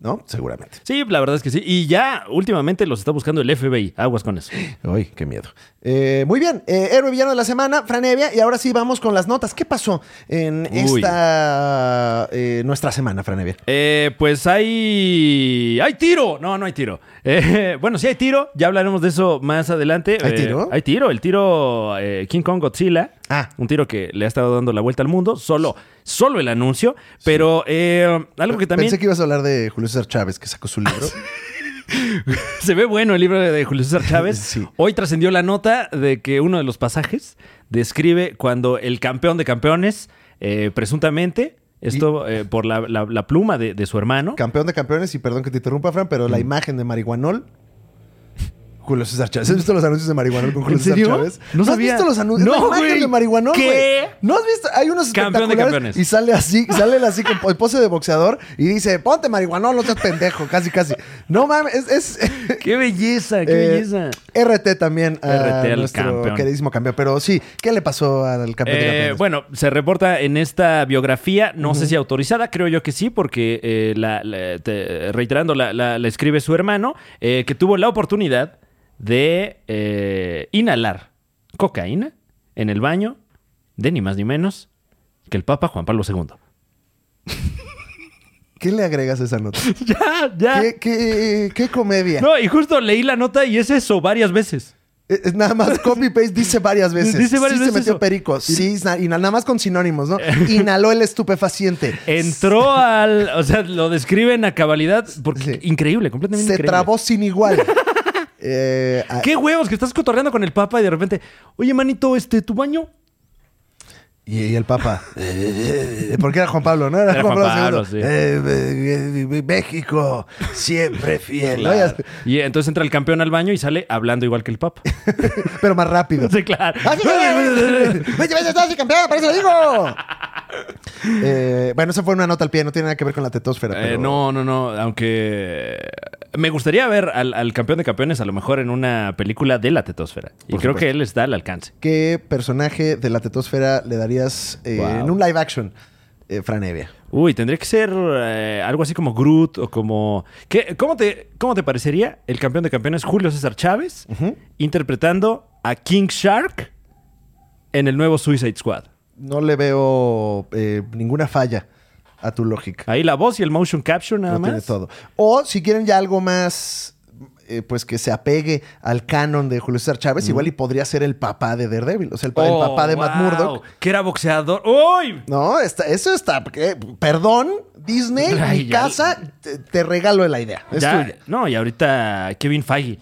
[SPEAKER 2] ¿no? Seguramente.
[SPEAKER 1] sí, la verdad es que sí. Y ya últimamente los está buscando el FBI. Aguas con eso.
[SPEAKER 2] Ay, qué miedo. Eh, muy bien, eh, héroe villano de la semana, Franevia. Y ahora sí vamos con las notas. ¿Qué pasó en
[SPEAKER 1] Uy.
[SPEAKER 2] esta eh, nuestra semana, Franevia?
[SPEAKER 1] Eh, pues hay. ¡Hay tiro! No, no hay tiro. Eh, bueno, sí hay tiro. Ya hablaremos de eso más adelante.
[SPEAKER 2] ¿Hay
[SPEAKER 1] Eh,
[SPEAKER 2] tiro?
[SPEAKER 1] Hay tiro. El tiro eh, King Kong Godzilla.
[SPEAKER 2] Ah.
[SPEAKER 1] Un tiro que le ha estado dando la vuelta al mundo. Solo, solo el anuncio. Pero eh, algo que también.
[SPEAKER 2] Pensé que ibas a hablar de Julio César Chávez, que sacó su libro.
[SPEAKER 1] Se ve bueno el libro de Julio César Chávez.
[SPEAKER 2] Sí.
[SPEAKER 1] Hoy trascendió la nota de que uno de los pasajes describe cuando el campeón de campeones, eh, presuntamente, esto eh, por la, la- la pluma de, de su hermano.
[SPEAKER 2] Campeón de campeones, y perdón que te interrumpa, Fran, pero la imagen de Marihuanol. Julio César Chávez. ¿Has visto los anuncios de Marihuanol con Julio
[SPEAKER 1] ¿En
[SPEAKER 2] César
[SPEAKER 1] serio?
[SPEAKER 2] Chávez?
[SPEAKER 1] No
[SPEAKER 2] has
[SPEAKER 1] sabía.
[SPEAKER 2] visto los anuncios?
[SPEAKER 1] No,
[SPEAKER 2] la imagen
[SPEAKER 1] güey.
[SPEAKER 2] de Marihuanol,
[SPEAKER 1] ¿Qué?
[SPEAKER 2] güey. ¿No has visto? Hay unos
[SPEAKER 1] Campeón de
[SPEAKER 2] espectaculares
[SPEAKER 1] campeones.
[SPEAKER 2] y sale así, sale él así con, en pose de boxeador y dice, ponte Marihuanol, no seas pendejo, casi, casi. No mames, es... es-
[SPEAKER 1] ¡Qué belleza! ¡Qué
[SPEAKER 2] eh,
[SPEAKER 1] belleza!
[SPEAKER 2] RT también a
[SPEAKER 1] RT al
[SPEAKER 2] nuestro
[SPEAKER 1] campeón.
[SPEAKER 2] queridísimo campeón. Pero sí, ¿qué le pasó al campeón de
[SPEAKER 1] Eh,
[SPEAKER 2] campeones?
[SPEAKER 1] bueno, se reporta en esta biografía, no sé si autorizada, creo yo que sí, porque eh, la- la- te- reiterando, la, la- la escribe su hermano, eh, que tuvo la oportunidad de eh, inhalar cocaína en el baño de ni más ni menos que el Papa Juan Pablo II.
[SPEAKER 2] ¿Qué le agregas a esa nota?
[SPEAKER 1] ya, ya.
[SPEAKER 2] ¿Qué, qué, qué comedia?
[SPEAKER 1] No, y justo leí la nota y es eso varias veces.
[SPEAKER 2] Es- es nada más copy paste dice varias veces.
[SPEAKER 1] Dice varias
[SPEAKER 2] sí
[SPEAKER 1] veces
[SPEAKER 2] se metió
[SPEAKER 1] eso.
[SPEAKER 2] perico. Sí, na- y na- nada más con sinónimos, ¿no? Inhaló el estupefaciente.
[SPEAKER 1] Entró al. O sea, lo describen a cabalidad. Porque,
[SPEAKER 2] Sí.
[SPEAKER 1] Increíble, completamente
[SPEAKER 2] Se
[SPEAKER 1] increíble.
[SPEAKER 2] trabó sin igual. Eh, ah,
[SPEAKER 1] ¿Qué huevos que estás cotorreando con el papa y de repente, oye, manito, este, tu baño?
[SPEAKER 2] y, y el Papa. Eh, Porque era Juan Pablo, ¿no? Era, Juan Pablo,
[SPEAKER 1] sí.
[SPEAKER 2] II. Eh, eh, eh, México, siempre fiel. ¿no? Ya-
[SPEAKER 1] Y entonces entra el campeón al baño y sale hablando igual que el papa. Ah,
[SPEAKER 2] Pero más rápido. Ah,
[SPEAKER 1] Sí, claro.
[SPEAKER 2] ¡Así que- ¡Vete, vete, estás campeón! ¡Por eso lo digo! Eh, bueno, esa fue una nota al pie. No tiene nada que ver con la tetosfera.
[SPEAKER 1] Eh,
[SPEAKER 2] pero-
[SPEAKER 1] no, no, no, aunque me gustaría ver al, al campeón de campeones a lo mejor en una película de la tetosfera. y creo
[SPEAKER 2] Por supuesto.
[SPEAKER 1] que él está al alcance.
[SPEAKER 2] ¿Qué personaje de la tetosfera le darías eh,
[SPEAKER 1] Wow.
[SPEAKER 2] en un live action, eh, Fran Evia?
[SPEAKER 1] Uy, tendría que ser eh, algo así como Groot o como... ¿Qué, cómo, te, ¿Cómo te parecería el campeón de campeones Julio César Chávez interpretando a King Shark en el nuevo Suicide Squad?
[SPEAKER 2] No le veo eh, ninguna falla a tu lógica.
[SPEAKER 1] Ahí la voz y el motion capture nada
[SPEAKER 2] Lo
[SPEAKER 1] más.
[SPEAKER 2] tiene todo. O si quieren ya algo más, eh, pues que se apegue al canon de Julio César Chávez, igual y podría ser el papá de Daredevil, o sea, el, pa- el
[SPEAKER 1] Oh,
[SPEAKER 2] papá de Matt
[SPEAKER 1] wow,
[SPEAKER 2] Murdock.
[SPEAKER 1] Que era boxeador. ¡Uy!
[SPEAKER 2] No, está- eso está. eh, perdón, Disney,
[SPEAKER 1] Ay,
[SPEAKER 2] mi
[SPEAKER 1] ya-
[SPEAKER 2] casa, te, te regalo la idea. Es
[SPEAKER 1] Ya-
[SPEAKER 2] tuya.
[SPEAKER 1] no, y ahorita Kevin Feige.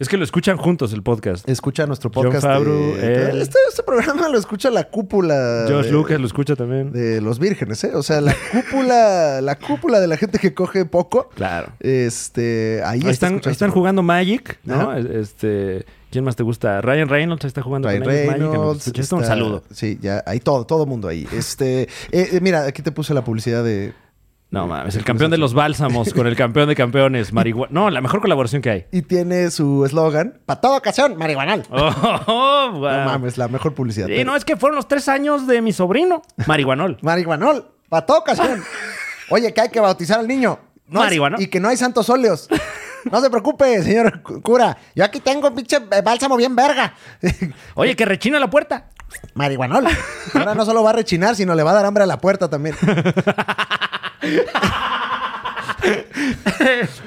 [SPEAKER 1] Es que lo escuchan juntos el podcast.
[SPEAKER 2] Escucha nuestro
[SPEAKER 1] Jon
[SPEAKER 2] podcast.
[SPEAKER 1] Favreau,
[SPEAKER 2] eh,
[SPEAKER 1] él.
[SPEAKER 2] este, este programa lo escucha la cúpula.
[SPEAKER 1] Josh
[SPEAKER 2] de-
[SPEAKER 1] Lucas lo escucha también.
[SPEAKER 2] de los vírgenes, ¿eh? O sea, la cúpula, la cúpula de la gente que coge poco.
[SPEAKER 1] Claro.
[SPEAKER 2] Este, ahí,
[SPEAKER 1] Ahí están,
[SPEAKER 2] está escuchando
[SPEAKER 1] ahí están
[SPEAKER 2] este
[SPEAKER 1] jugando Magic, ¿no?
[SPEAKER 2] Ajá.
[SPEAKER 1] Es- Este, ¿Quién más te gusta? Ryan Reynolds ahí está jugando
[SPEAKER 2] Ryan
[SPEAKER 1] con ellos, Magic, que nos
[SPEAKER 2] Reynolds.
[SPEAKER 1] escucha. Esto, Un
[SPEAKER 2] está-
[SPEAKER 1] saludo.
[SPEAKER 2] Sí, ya, hay todo, todo mundo ahí. Este, eh, eh, mira, aquí te puse la publicidad de
[SPEAKER 1] No mames, el campeón de los bálsamos con el campeón de campeones, marihuana. No, la mejor colaboración que hay.
[SPEAKER 2] Y tiene su eslogan, para toda ocasión, marihuanal.
[SPEAKER 1] Oh, wow.
[SPEAKER 2] No mames, la mejor publicidad.
[SPEAKER 1] Ah. Sí, no, es que fueron los tres años de mi sobrino, marihuanol.
[SPEAKER 2] Marihuanol, para toda ocasión. Oye, que hay que bautizar al niño. No es-
[SPEAKER 1] Marihuana.
[SPEAKER 2] Y que no hay santos óleos. No se preocupe, señor cu- cura. Yo aquí tengo un pinche eh, bálsamo bien verga.
[SPEAKER 1] Oye, que rechina la puerta.
[SPEAKER 2] Marihuanol. Ahora no solo va a rechinar, sino le va a dar hambre a la puerta también.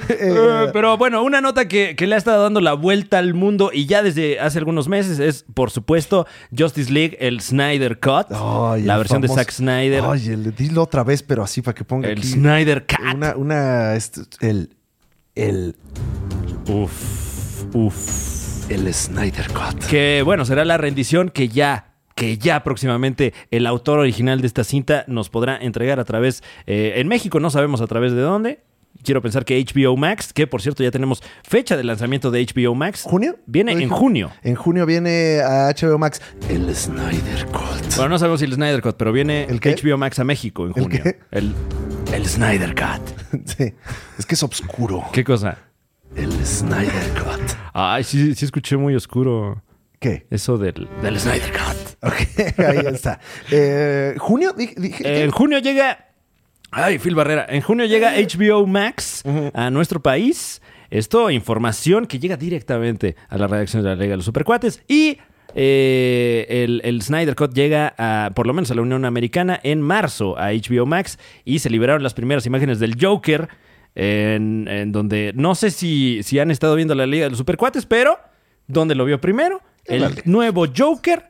[SPEAKER 1] Eh, pero bueno, una nota que, que le ha estado dando la vuelta al mundo y ya desde hace algunos meses es, por supuesto, Justice League, el Snyder Cut.
[SPEAKER 2] Ay,
[SPEAKER 1] la
[SPEAKER 2] el
[SPEAKER 1] versión de
[SPEAKER 2] famoso-
[SPEAKER 1] Zack Snyder.
[SPEAKER 2] Oye, le- dilo otra vez, pero así para que ponga
[SPEAKER 1] el
[SPEAKER 2] aquí
[SPEAKER 1] Snyder Cut.
[SPEAKER 2] Una, una, est- el, el,
[SPEAKER 1] Uf, uf.
[SPEAKER 2] el Snyder Cut.
[SPEAKER 1] Que bueno, será la rendición que ya, que ya próximamente el autor original de esta cinta nos podrá entregar a través, eh, en México no sabemos a través de dónde. Quiero pensar que HBO Max, que por cierto ya tenemos fecha de lanzamiento de HBO Max.
[SPEAKER 2] ¿Junio?
[SPEAKER 1] Viene en junio.
[SPEAKER 2] En junio viene a HBO Max el Snyder Cut.
[SPEAKER 1] Bueno, no sabemos si el Snyder Cut, pero viene
[SPEAKER 2] ¿El qué?
[SPEAKER 1] HBO Max a México en
[SPEAKER 2] ¿El
[SPEAKER 1] junio.
[SPEAKER 2] qué?
[SPEAKER 1] El, el Snyder Cut.
[SPEAKER 2] Sí, es que es oscuro.
[SPEAKER 1] ¿Qué cosa?
[SPEAKER 2] El Snyder Cut.
[SPEAKER 1] Ay, sí, sí escuché muy oscuro
[SPEAKER 2] ¿Qué?
[SPEAKER 1] eso del, del Snyder Cut.
[SPEAKER 2] Ok, ahí está. Eh, ¿Junio? Dije, dije-
[SPEAKER 1] En junio llega. Ay, Phil Barrera. En junio llega HBO Max a nuestro país. Esto, información que llega directamente a la redacción de la Liga de los Supercuates. Y eh, el, el Snyder Cut llega a, por lo menos a la Unión Americana en marzo a HBO Max. Y se liberaron las primeras imágenes del Joker. En, en donde no sé si, si han estado viendo la Liga de los Supercuates, pero donde lo vio primero, el nuevo Joker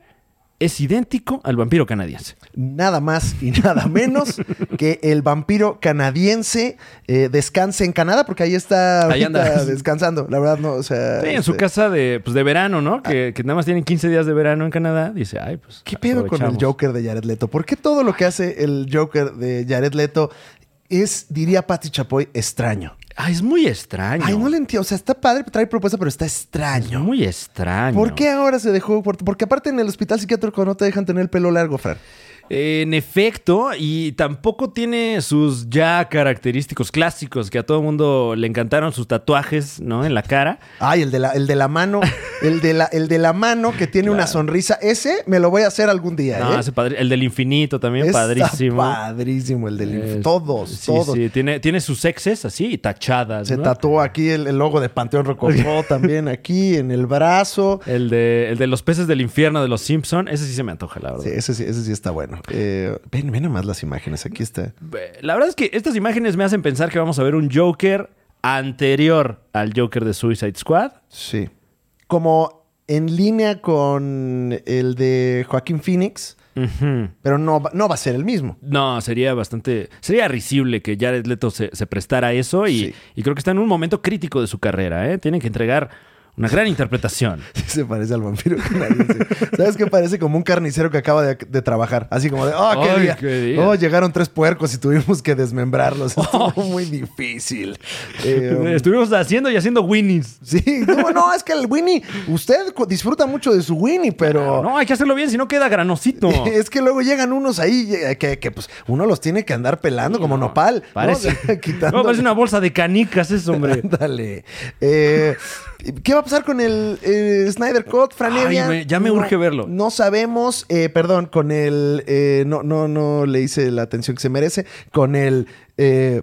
[SPEAKER 1] es idéntico al vampiro canadiense.
[SPEAKER 2] nada más y nada menos que el vampiro canadiense eh, descanse en Canadá, porque ahí está
[SPEAKER 1] Ahí
[SPEAKER 2] ahorita
[SPEAKER 1] anda.
[SPEAKER 2] descansando. La verdad, no, o sea.
[SPEAKER 1] Sí, en
[SPEAKER 2] este,
[SPEAKER 1] su casa de, pues, de verano, ¿no? Que, que nada más tienen 15 días de verano en Canadá. Dice, ay, pues.
[SPEAKER 2] ¿Qué pedo con el
[SPEAKER 1] aprovechamos.
[SPEAKER 2] Joker de Jared Leto? ¿Por qué todo lo que hace el Joker de Jared Leto es, diría Patti Chapoy, extraño?
[SPEAKER 1] Ay, Ah, es muy extraño.
[SPEAKER 2] Ay, no le entiendo. O sea, está padre, trae propuesta, pero está
[SPEAKER 1] Es
[SPEAKER 2] extraño.
[SPEAKER 1] muy extraño.
[SPEAKER 2] ¿Por qué ahora se dejó? Por- Porque aparte en el hospital psiquiátrico no te dejan tener el pelo largo, Fran.
[SPEAKER 1] En efecto, y tampoco tiene sus ya característicos clásicos que a todo mundo le encantaron, sus tatuajes, ¿no? En la cara.
[SPEAKER 2] Ay, el de la, el de la mano, el de la, el de la mano que tiene una sonrisa. Ese me lo voy a hacer algún día.
[SPEAKER 1] No,
[SPEAKER 2] ¿eh?
[SPEAKER 1] ese padre- el del infinito también,
[SPEAKER 2] Está
[SPEAKER 1] padrísimo.
[SPEAKER 2] Padrísimo el del
[SPEAKER 1] Eh,
[SPEAKER 2] Todos,
[SPEAKER 1] sí,
[SPEAKER 2] todos.
[SPEAKER 1] Sí, tiene, tiene sus exes así y tachadas.
[SPEAKER 2] Se
[SPEAKER 1] ¿no?
[SPEAKER 2] tatuó aquí el, el logo de Panteón Rococó también aquí en el brazo.
[SPEAKER 1] El de, el de los peces del infierno de los Simpson, ese sí se me antoja, la verdad.
[SPEAKER 2] Sí, ese sí, ese sí está bueno. Eh, ven, ven nomás las imágenes. Aquí está.
[SPEAKER 1] Eh, La verdad es que estas imágenes me hacen pensar que vamos a ver un Joker anterior al Joker de Suicide Squad.
[SPEAKER 2] Sí. Como en línea con el de Joaquín Phoenix, pero no, va- no va a ser el mismo.
[SPEAKER 1] No, sería bastante. Sería risible que Jared Leto se, se prestara a eso y,
[SPEAKER 2] Sí.
[SPEAKER 1] y creo que está en un momento crítico de su carrera. ¿eh? Tiene que entregar una gran interpretación.
[SPEAKER 2] Sí se parece al vampiro canadiense. ¿Sabes qué? Parece como un carnicero que acaba de, de trabajar. Así como de, oh, qué,
[SPEAKER 1] Ay,
[SPEAKER 2] día!
[SPEAKER 1] qué día.
[SPEAKER 2] Oh, llegaron tres puercos y tuvimos que desmembrarlos. Estuvo muy difícil. Eh, um,
[SPEAKER 1] Estuvimos haciendo y haciendo Winnies.
[SPEAKER 2] sí, no, no, es que el Winnie, usted co- disfruta mucho de su Winnie, pero...
[SPEAKER 1] No, hay que hacerlo bien, si no queda granosito.
[SPEAKER 2] Oh. Es que luego llegan unos ahí eh, que, que, pues uno los tiene que andar pelando como nopal. ¿no?
[SPEAKER 1] Parece,
[SPEAKER 2] Quitando-
[SPEAKER 1] No, pues, parece una bolsa de canicas, eso, hombre.
[SPEAKER 2] Ándale. Eh, ¿Qué va a pasar con el eh, Snyder Cut, Fran
[SPEAKER 1] Ay,
[SPEAKER 2] Evia?
[SPEAKER 1] me- ya me
[SPEAKER 2] No-
[SPEAKER 1] urge verlo.
[SPEAKER 2] No sabemos, eh, perdón, con el. eh, no, no, no le hice la atención que se merece. Con el. eh,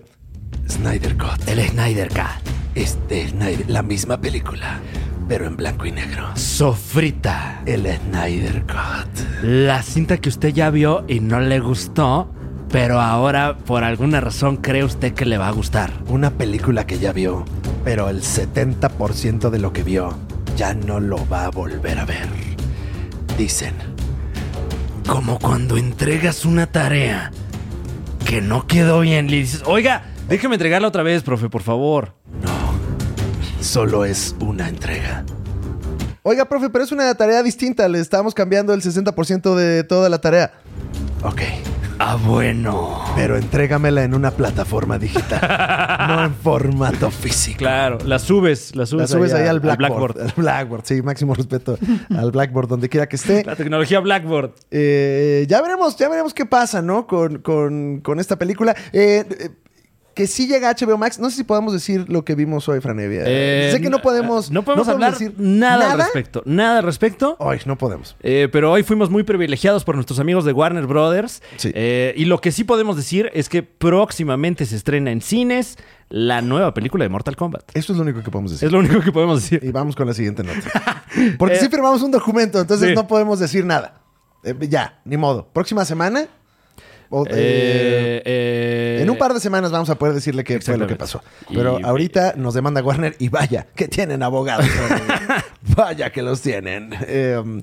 [SPEAKER 2] Snyder Cut. El Snyder Cut. Este Snyder. La misma película, pero en blanco y negro.
[SPEAKER 1] Sofrita.
[SPEAKER 2] El Snyder Cut.
[SPEAKER 1] La cinta que usted ya vio y no le gustó, pero ahora por alguna razón cree usted que le va a gustar.
[SPEAKER 2] Una película que ya vio, pero el 70% de lo que vio ya no lo va a volver a ver. Dicen.
[SPEAKER 1] Como cuando entregas una tarea que no quedó bien, le dices, oiga, déjeme entregarla otra vez, profe, por favor.
[SPEAKER 2] Solo es una entrega. Oiga, profe, pero es una tarea distinta. Le estamos cambiando el 60% de toda la tarea. Ok,
[SPEAKER 1] Ah, bueno.
[SPEAKER 2] pero entrégamela en una plataforma digital, no en formato físico.
[SPEAKER 1] Claro, la subes, la subes,
[SPEAKER 2] La subes ahí al Blackboard.
[SPEAKER 1] Blackboard.
[SPEAKER 2] Al Blackboard, sí, máximo respeto al Blackboard, donde quiera que esté.
[SPEAKER 1] La tecnología Blackboard.
[SPEAKER 2] Eh, ya veremos, ya veremos qué pasa, ¿no? Con, con- con esta película. Eh, eh, que sí llega a HBO Max. No sé si podemos decir lo que vimos hoy, Franevia.
[SPEAKER 1] Eh,
[SPEAKER 2] sé que no podemos.
[SPEAKER 1] No podemos hablar nada, al respecto. Nada al respecto.
[SPEAKER 2] Hoy no podemos.
[SPEAKER 1] Eh, pero hoy fuimos muy privilegiados por nuestros amigos de Warner Brothers.
[SPEAKER 2] Sí.
[SPEAKER 1] Eh, y lo que sí podemos decir es que próximamente se estrena en cines la nueva película de Mortal Kombat.
[SPEAKER 2] Eso es lo único que podemos decir.
[SPEAKER 1] Es lo único que podemos decir.
[SPEAKER 2] Y vamos con la siguiente nota. Porque sí firmamos un documento, entonces
[SPEAKER 1] Eh, sí.
[SPEAKER 2] no podemos decir nada. Eh, ya, ni modo. Próxima semana. o, eh,
[SPEAKER 1] Eh, eh,
[SPEAKER 2] en un par de semanas vamos a poder decirle qué fue lo que
[SPEAKER 1] Exactamente.
[SPEAKER 2] pasó. Pero
[SPEAKER 1] Y-
[SPEAKER 2] ahorita nos demanda Warner y vaya, que tienen abogados. vaya que los tienen. Eh,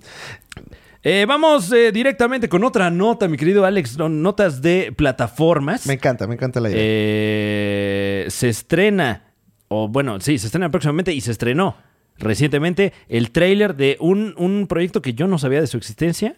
[SPEAKER 1] eh, vamos eh, directamente con otra nota, mi querido Alex. No- Notas de plataformas.
[SPEAKER 2] me encanta, me encanta la idea.
[SPEAKER 1] Eh, se estrena, o bueno, sí, se estrena próximamente y se estrenó recientemente el tráiler de un, un proyecto que yo no sabía de su existencia.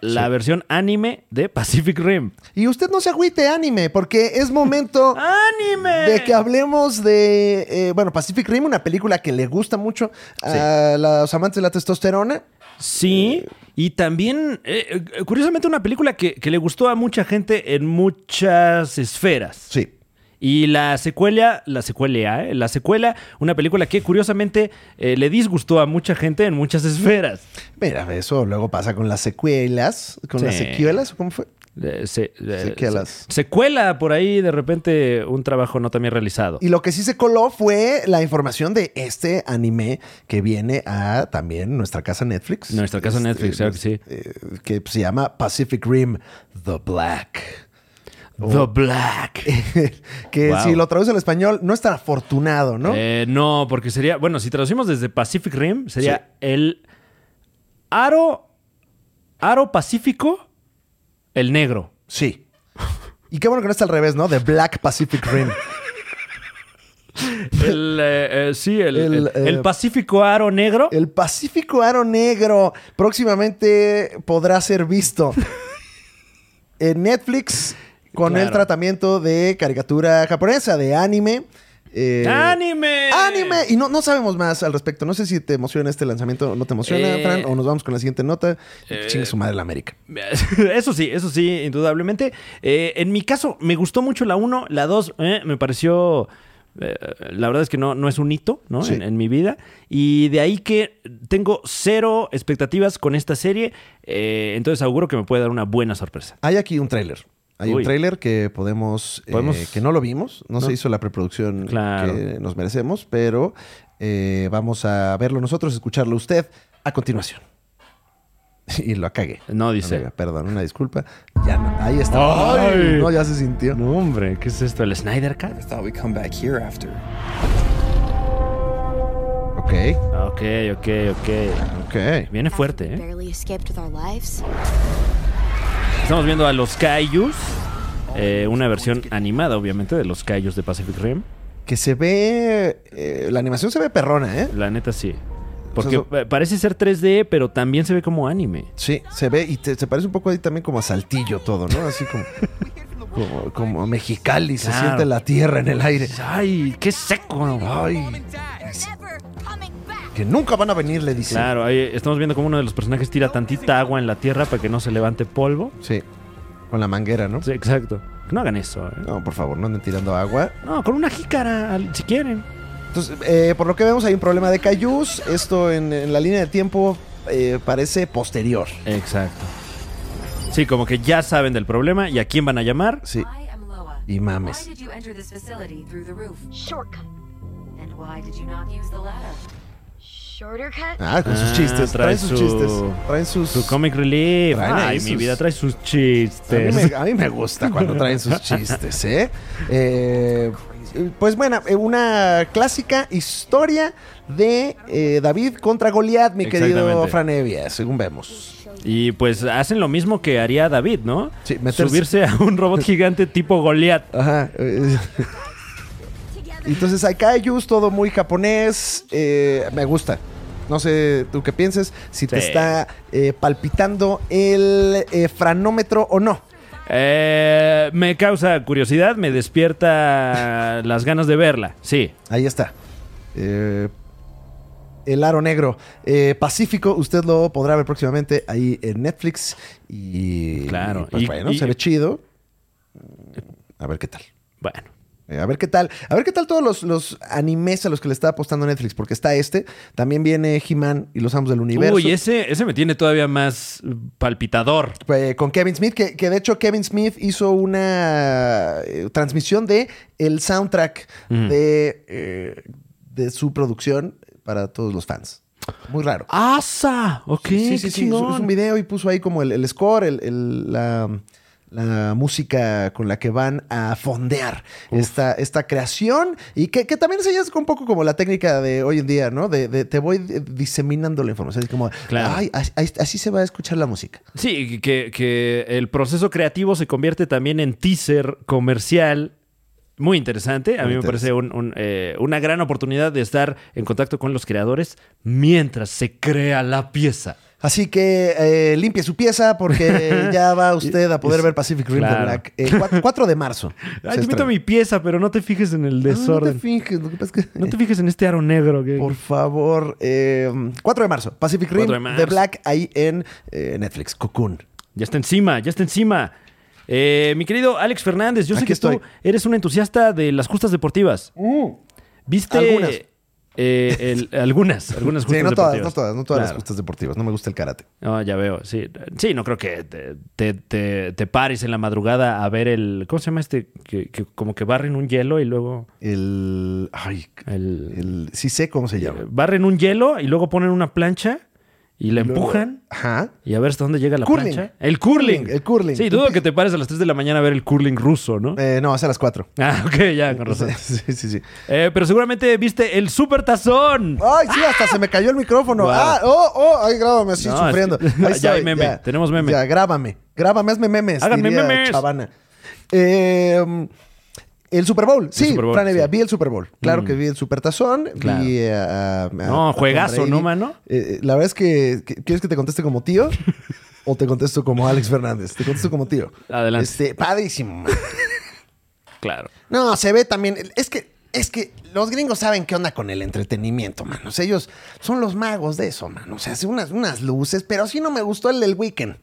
[SPEAKER 1] La versión anime de Pacific Rim.
[SPEAKER 2] y usted no se agüite, anime, porque es momento...
[SPEAKER 1] ¡Anime!
[SPEAKER 2] De que hablemos de, eh, bueno, Pacific Rim, una película que le gusta mucho a los amantes de la testosterona.
[SPEAKER 1] Sí, y también, eh, eh, curiosamente, una película que, que le gustó a mucha gente en muchas esferas.
[SPEAKER 2] Sí.
[SPEAKER 1] Y la secuela, la secuela, ¿eh? la secuela, una película que curiosamente eh, le disgustó a mucha gente en muchas esferas.
[SPEAKER 2] Mira, eso luego pasa con las secuelas, con
[SPEAKER 1] Sí.
[SPEAKER 2] las secuelas, ¿cómo fue?
[SPEAKER 1] Eh, se, eh,
[SPEAKER 2] Sequelas.
[SPEAKER 1] se- secuela por ahí de repente un trabajo no también realizado.
[SPEAKER 2] Y lo que sí se coló fue la información de este anime que viene a también nuestra casa Netflix. Este,
[SPEAKER 1] Nuestra casa Netflix, claro que sí.
[SPEAKER 2] eh, que se llama Pacific Rim The Black.
[SPEAKER 1] The
[SPEAKER 2] Eh,
[SPEAKER 1] Black.
[SPEAKER 2] que
[SPEAKER 1] Wow.
[SPEAKER 2] si lo traduce al español no es tan afortunado, ¿no?
[SPEAKER 1] Eh, no, porque sería, bueno, si traducimos desde Pacific Rim, sería el aro, aro pacífico, el negro.
[SPEAKER 2] Sí. Y qué bueno que no está al revés, ¿no? The Black Pacific Rim.
[SPEAKER 1] El, eh, eh, sí, el,
[SPEAKER 2] El,
[SPEAKER 1] el- el
[SPEAKER 2] eh,
[SPEAKER 1] pacífico aro negro.
[SPEAKER 2] El Pacífico Aro Negro próximamente podrá ser visto en Netflix con
[SPEAKER 1] Claro.
[SPEAKER 2] el tratamiento de caricatura japonesa, de anime. eh,
[SPEAKER 1] ¡Anime!
[SPEAKER 2] ¡Anime! Y no, no sabemos más al respecto. No sé si te emociona este lanzamiento o no te emociona,
[SPEAKER 1] Eh,
[SPEAKER 2] Fran, o nos vamos con la siguiente nota. Chingue su madre la América.
[SPEAKER 1] Eso sí, eso sí, indudablemente. Eh, en mi caso, me gustó mucho la 1, la 2 eh, me pareció... eh, la verdad es que no, no es un hito ¿no?
[SPEAKER 2] Sí.
[SPEAKER 1] en, en mi vida. Y de ahí que tengo cero expectativas con esta serie. eh, entonces auguro que me puede dar una buena sorpresa.
[SPEAKER 2] Hay aquí un tráiler. Hay
[SPEAKER 1] Uy.
[SPEAKER 2] un tráiler que podemos, eh,
[SPEAKER 1] Podemos-
[SPEAKER 2] que no lo vimos, no, se hizo la preproducción
[SPEAKER 1] Claro.
[SPEAKER 2] que nos merecemos, pero eh, vamos a verlo nosotros, escucharlo usted a continuación. Y lo cagué.
[SPEAKER 1] No dice.
[SPEAKER 2] Amiga, Perdón, una disculpa. Ya no, ahí está.
[SPEAKER 1] Ay.
[SPEAKER 2] No, ya se sintió.
[SPEAKER 1] hombre, ¿qué es esto? ¿El Snyder Cut?
[SPEAKER 7] thought we'd come back here after.
[SPEAKER 2] Ok,
[SPEAKER 1] Ah, Ok, ok, ok.
[SPEAKER 2] ok.
[SPEAKER 1] Viene fuerte, ¿eh?
[SPEAKER 8] barely escaped with our lives.
[SPEAKER 1] Estamos viendo a los Kaijus. eh, una versión animada, obviamente, de los Kaijus de Pacific Rim.
[SPEAKER 2] Que se ve. eh, la animación se ve perrona, ¿eh?
[SPEAKER 1] La neta sí. Porque
[SPEAKER 2] O sea,
[SPEAKER 1] pa- parece ser 3D, pero también se ve como anime.
[SPEAKER 2] Sí, se ve y te- se parece un poco ahí también como a Saltillo todo, ¿no? Así como. como, como a Mexicali, se
[SPEAKER 1] Claro.
[SPEAKER 2] siente la tierra en el aire.
[SPEAKER 1] ¡Ay, qué seco!
[SPEAKER 2] Ay,
[SPEAKER 8] They're never coming back.
[SPEAKER 2] que nunca van a venir, le dice.
[SPEAKER 1] Claro, ahí estamos viendo cómo uno de los personajes tira tantita agua en la tierra para que no se levante polvo.
[SPEAKER 2] Sí, con la manguera, ¿no?
[SPEAKER 1] Sí, exacto. No hagan eso. ¿eh?
[SPEAKER 2] No, por favor, no anden tirando agua.
[SPEAKER 1] No, con una jícara, al- si quieren.
[SPEAKER 2] Entonces, eh, por lo que vemos, hay un problema de Cayús. Esto en, en la línea de tiempo eh, parece posterior.
[SPEAKER 1] Exacto. Sí, como que ya saben del problema y a quién van a llamar.
[SPEAKER 2] Sí,
[SPEAKER 9] I am Loa.
[SPEAKER 2] y
[SPEAKER 9] Why
[SPEAKER 2] mames.
[SPEAKER 9] did you enter this facility through the roof?
[SPEAKER 8] Shortcut.
[SPEAKER 9] And why did you not use the ladder?
[SPEAKER 8] Shorter cut?
[SPEAKER 2] Ah, con sus
[SPEAKER 1] Ah,
[SPEAKER 2] chistes.
[SPEAKER 1] trae
[SPEAKER 2] Traen sus
[SPEAKER 1] su-
[SPEAKER 2] chistes. Traen sus.
[SPEAKER 1] Su comic relief.
[SPEAKER 2] Traen ahí
[SPEAKER 1] Ay, mi
[SPEAKER 2] sus-
[SPEAKER 1] vida trae sus
[SPEAKER 2] A mí,
[SPEAKER 1] chistes.
[SPEAKER 2] me, a mí me gusta cuando traen sus chistes, ¿eh? Eh, pues bueno, eh, una clásica historia de eh, David contra Goliat, mi querido
[SPEAKER 1] Exactamente.
[SPEAKER 2] Franevia, según vemos.
[SPEAKER 1] Y pues hacen lo mismo que haría David, ¿no?
[SPEAKER 2] Sí, meterse-
[SPEAKER 1] Subirse a un robot gigante tipo Goliath.
[SPEAKER 2] Ajá. eh, Entonces hay kaijus, todo muy japonés. eh, me gusta. No sé tú qué pienses, si te
[SPEAKER 1] Sí.
[SPEAKER 2] está eh, palpitando el eh, franómetro o no.
[SPEAKER 1] Eh, me causa curiosidad, me despierta las ganas de verla. Sí.
[SPEAKER 2] Ahí está. Eh, el aro negro eh, Pacífico, usted lo podrá ver próximamente ahí en Netflix. Y
[SPEAKER 1] Claro,
[SPEAKER 2] y, pues,
[SPEAKER 1] y-
[SPEAKER 2] bueno,
[SPEAKER 1] y-
[SPEAKER 2] se ve chido. Mm, A ver qué tal.
[SPEAKER 1] Bueno.
[SPEAKER 2] Eh, a ver qué tal. A ver qué tal todos los, los animes a los que le está apostando Netflix, porque está este. También viene He-Man y los Amos del Universo.
[SPEAKER 1] Uy, ese, ese me tiene todavía más palpitador.
[SPEAKER 2] Eh, con Kevin Smith, que, que de hecho Kevin Smith hizo una eh, transmisión de el soundtrack de, eh, de su producción para todos los fans. Muy raro.
[SPEAKER 1] ¡Asa! Ok,
[SPEAKER 2] sí,
[SPEAKER 1] Ah, qué
[SPEAKER 2] sí, sí. Es
[SPEAKER 1] chingón.
[SPEAKER 2] un video y puso ahí como el, el score, el- el- la, la música con la que van a fondear esta, esta creación. Y que, que también se ya es un poco como la técnica de hoy en día, ¿no? De, de- te voy de- diseminando la información. Es como,
[SPEAKER 1] Claro.
[SPEAKER 2] ay, as- as- así se va a escuchar la música.
[SPEAKER 1] Sí, que, que el proceso creativo se convierte también en teaser comercial. Muy interesante. A
[SPEAKER 2] Muy
[SPEAKER 1] mí me parece un- un, eh, una gran oportunidad de estar en contacto con los creadores mientras se crea la pieza.
[SPEAKER 2] Así que eh, limpie su pieza porque ya va usted a poder ver Pacific Rim The
[SPEAKER 1] Claro.
[SPEAKER 2] Black. Eh, cua- 4, de marzo.
[SPEAKER 1] Ay,
[SPEAKER 2] se
[SPEAKER 1] te invito a
[SPEAKER 2] estrena.
[SPEAKER 1] mi pieza, pero no te fijes en el
[SPEAKER 2] Ah, no te
[SPEAKER 1] desorden.
[SPEAKER 2] finges, lo que pasa es que-
[SPEAKER 1] No te fijes en este aro negro. que-
[SPEAKER 2] Por favor, eh, 4 de marzo, Pacific
[SPEAKER 1] 4 de
[SPEAKER 2] Rim,
[SPEAKER 1] marzo.
[SPEAKER 2] The Black, ahí en eh, Netflix, Cocoon.
[SPEAKER 1] Ya está encima, ya está encima. Eh, mi querido Alex Fernández, yo sé
[SPEAKER 2] Aquí
[SPEAKER 1] que
[SPEAKER 2] estoy. Mm.
[SPEAKER 1] tú eres un entusiasta de las justas deportivas. ¿Viste?
[SPEAKER 2] Algunas.
[SPEAKER 1] eh, el- algunas, algunas
[SPEAKER 2] Sí,
[SPEAKER 1] justas
[SPEAKER 2] no todas, no
[SPEAKER 1] deportivas.
[SPEAKER 2] todas, no todas las
[SPEAKER 1] Claro.
[SPEAKER 2] justas deportivas, no me gusta el karate.
[SPEAKER 1] No, ya veo, sí. Sí, no creo que te, te- te- te pares en la madrugada a ver el... ¿Cómo se llama este? Que, que como que barren un hielo y luego...
[SPEAKER 2] El. Ay,
[SPEAKER 1] El,
[SPEAKER 2] el- sí sé cómo se llama.
[SPEAKER 1] eh, barren un hielo y luego ponen una plancha y la empujan.
[SPEAKER 2] Ajá.
[SPEAKER 1] Y a ver hasta dónde llega la
[SPEAKER 2] Curling.
[SPEAKER 1] plancha. El curling.
[SPEAKER 2] El curling.
[SPEAKER 1] Sí, dudo que te pares a las 3 de la mañana a ver el curling ruso, ¿no?
[SPEAKER 2] Eh, no, es a las 4.
[SPEAKER 1] Ah, ok, ya, con razón.
[SPEAKER 2] Sí, sí, sí.
[SPEAKER 1] Eh, pero seguramente viste el super tazón.
[SPEAKER 2] Ay, sí, hasta se me cayó el micrófono.
[SPEAKER 1] Guau.
[SPEAKER 2] Ah, oh, oh, ay, grábame así
[SPEAKER 1] No,
[SPEAKER 2] sufriendo.
[SPEAKER 1] es-
[SPEAKER 2] Ahí
[SPEAKER 1] ya hay
[SPEAKER 2] estoy,
[SPEAKER 1] meme, tenemos meme.
[SPEAKER 2] Ya, grábame. Grábame, hazme memes.
[SPEAKER 1] Háganme
[SPEAKER 2] diría
[SPEAKER 1] memes.
[SPEAKER 2] Chavana. Eh, el Super Bowl, sí,
[SPEAKER 1] Super Bowl,
[SPEAKER 2] Fran Evia,
[SPEAKER 1] sí. Mm.
[SPEAKER 2] vi el Super Bowl. Claro que vi el Supertazón.
[SPEAKER 1] Claro.
[SPEAKER 2] Vi eh, a, a-
[SPEAKER 1] No,
[SPEAKER 2] a
[SPEAKER 1] juegazo,
[SPEAKER 2] Tom Brady.
[SPEAKER 1] ¿no, mano?
[SPEAKER 2] Eh, eh, la verdad es que, que- ¿quieres que te conteste como tío? ¿O te contesto como Alex Fernández? Te contesto como tío.
[SPEAKER 1] Adelante.
[SPEAKER 2] Este, padrísimo.
[SPEAKER 1] Claro.
[SPEAKER 2] No, se ve también. Es que, es que los gringos saben qué onda con el entretenimiento, manos. Ellos son los magos de eso, manos. O sea, hace unas, unas luces, pero sí no me gustó el del weekend.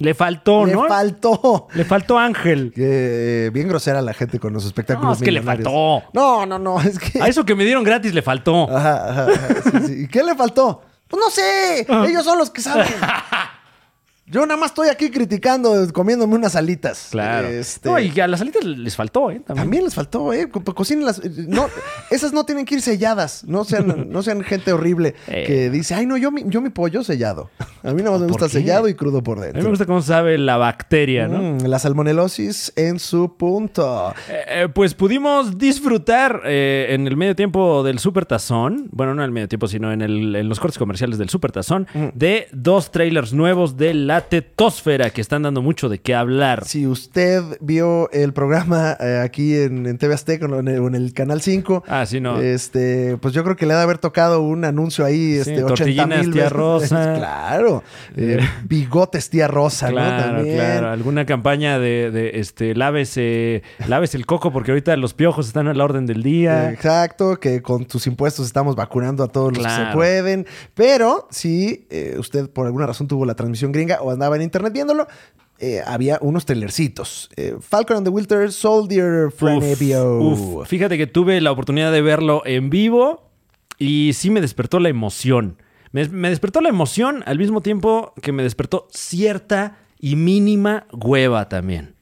[SPEAKER 1] Le faltó,
[SPEAKER 2] le
[SPEAKER 1] ¿no?
[SPEAKER 2] faltó.
[SPEAKER 1] Le faltó Ángel.
[SPEAKER 2] Que, eh, bien grosera la gente con los espectáculos.
[SPEAKER 1] No, es que le
[SPEAKER 2] millonarios.
[SPEAKER 1] faltó.
[SPEAKER 2] No, no, no. Es que.
[SPEAKER 1] A eso que me dieron gratis le faltó.
[SPEAKER 2] Ajá, ajá, ajá, sí, sí. ¿Y qué le faltó? Pues no sé.
[SPEAKER 1] Ah.
[SPEAKER 2] Ellos son los que saben. Yo nada más estoy aquí criticando, comiéndome unas alitas.
[SPEAKER 1] Claro.
[SPEAKER 2] Este-
[SPEAKER 1] No, y a las alitas les faltó, ¿eh? También.
[SPEAKER 2] También les faltó, ¿eh? Co- Cocinen las. No, esas no tienen que ir selladas. No sean, no sean gente horrible
[SPEAKER 1] Eh.
[SPEAKER 2] que dice, ay, no, yo mi, yo mi pollo sellado. A mí nada más me
[SPEAKER 1] ¿Por
[SPEAKER 2] gusta
[SPEAKER 1] qué?
[SPEAKER 2] sellado y crudo por
[SPEAKER 1] A mí me
[SPEAKER 2] dentro.
[SPEAKER 1] gusta cómo sabe la bacteria, ¿no?
[SPEAKER 2] Mm, la salmonelosis en su punto.
[SPEAKER 1] Eh, eh, pues pudimos disfrutar eh, en el medio tiempo del Super Tazón, bueno, no en el medio tiempo, sino en, el- en los cortes comerciales del Super Tazón,
[SPEAKER 2] Mm.
[SPEAKER 1] de dos trailers nuevos de la tetósfera que están dando mucho de qué hablar.
[SPEAKER 2] Si usted vio el programa eh, aquí en, en TV Azteca o en, el- o en el Canal 5,
[SPEAKER 1] Ah, sí, no.
[SPEAKER 2] este, pues yo creo que le ha de haber tocado un anuncio ahí,
[SPEAKER 1] Sí,
[SPEAKER 2] este, 80
[SPEAKER 1] tortillinas
[SPEAKER 2] mil
[SPEAKER 1] tía
[SPEAKER 2] veces.
[SPEAKER 1] Rosa.
[SPEAKER 2] claro. Eh, bigotes tía rosa, ¿no?
[SPEAKER 1] Claro,
[SPEAKER 2] También.
[SPEAKER 1] claro. Alguna campaña de, de, este, lávese, lávese el coco porque ahorita los piojos están a la orden del día.
[SPEAKER 2] Exacto, que con tus impuestos estamos vacunando a todos los que se
[SPEAKER 1] Claro.
[SPEAKER 2] pueden. Pero si eh, usted por alguna razón tuvo la transmisión gringa o andaba en internet viéndolo, eh, había unos trailercitos. Eh, Falcon and the Wilter Soldier Franevio.
[SPEAKER 1] Uf, uf. Fíjate que tuve la oportunidad de verlo en vivo y sí me despertó la emoción. Me, des- me despertó la emoción al mismo tiempo que me despertó cierta y mínima hueva también.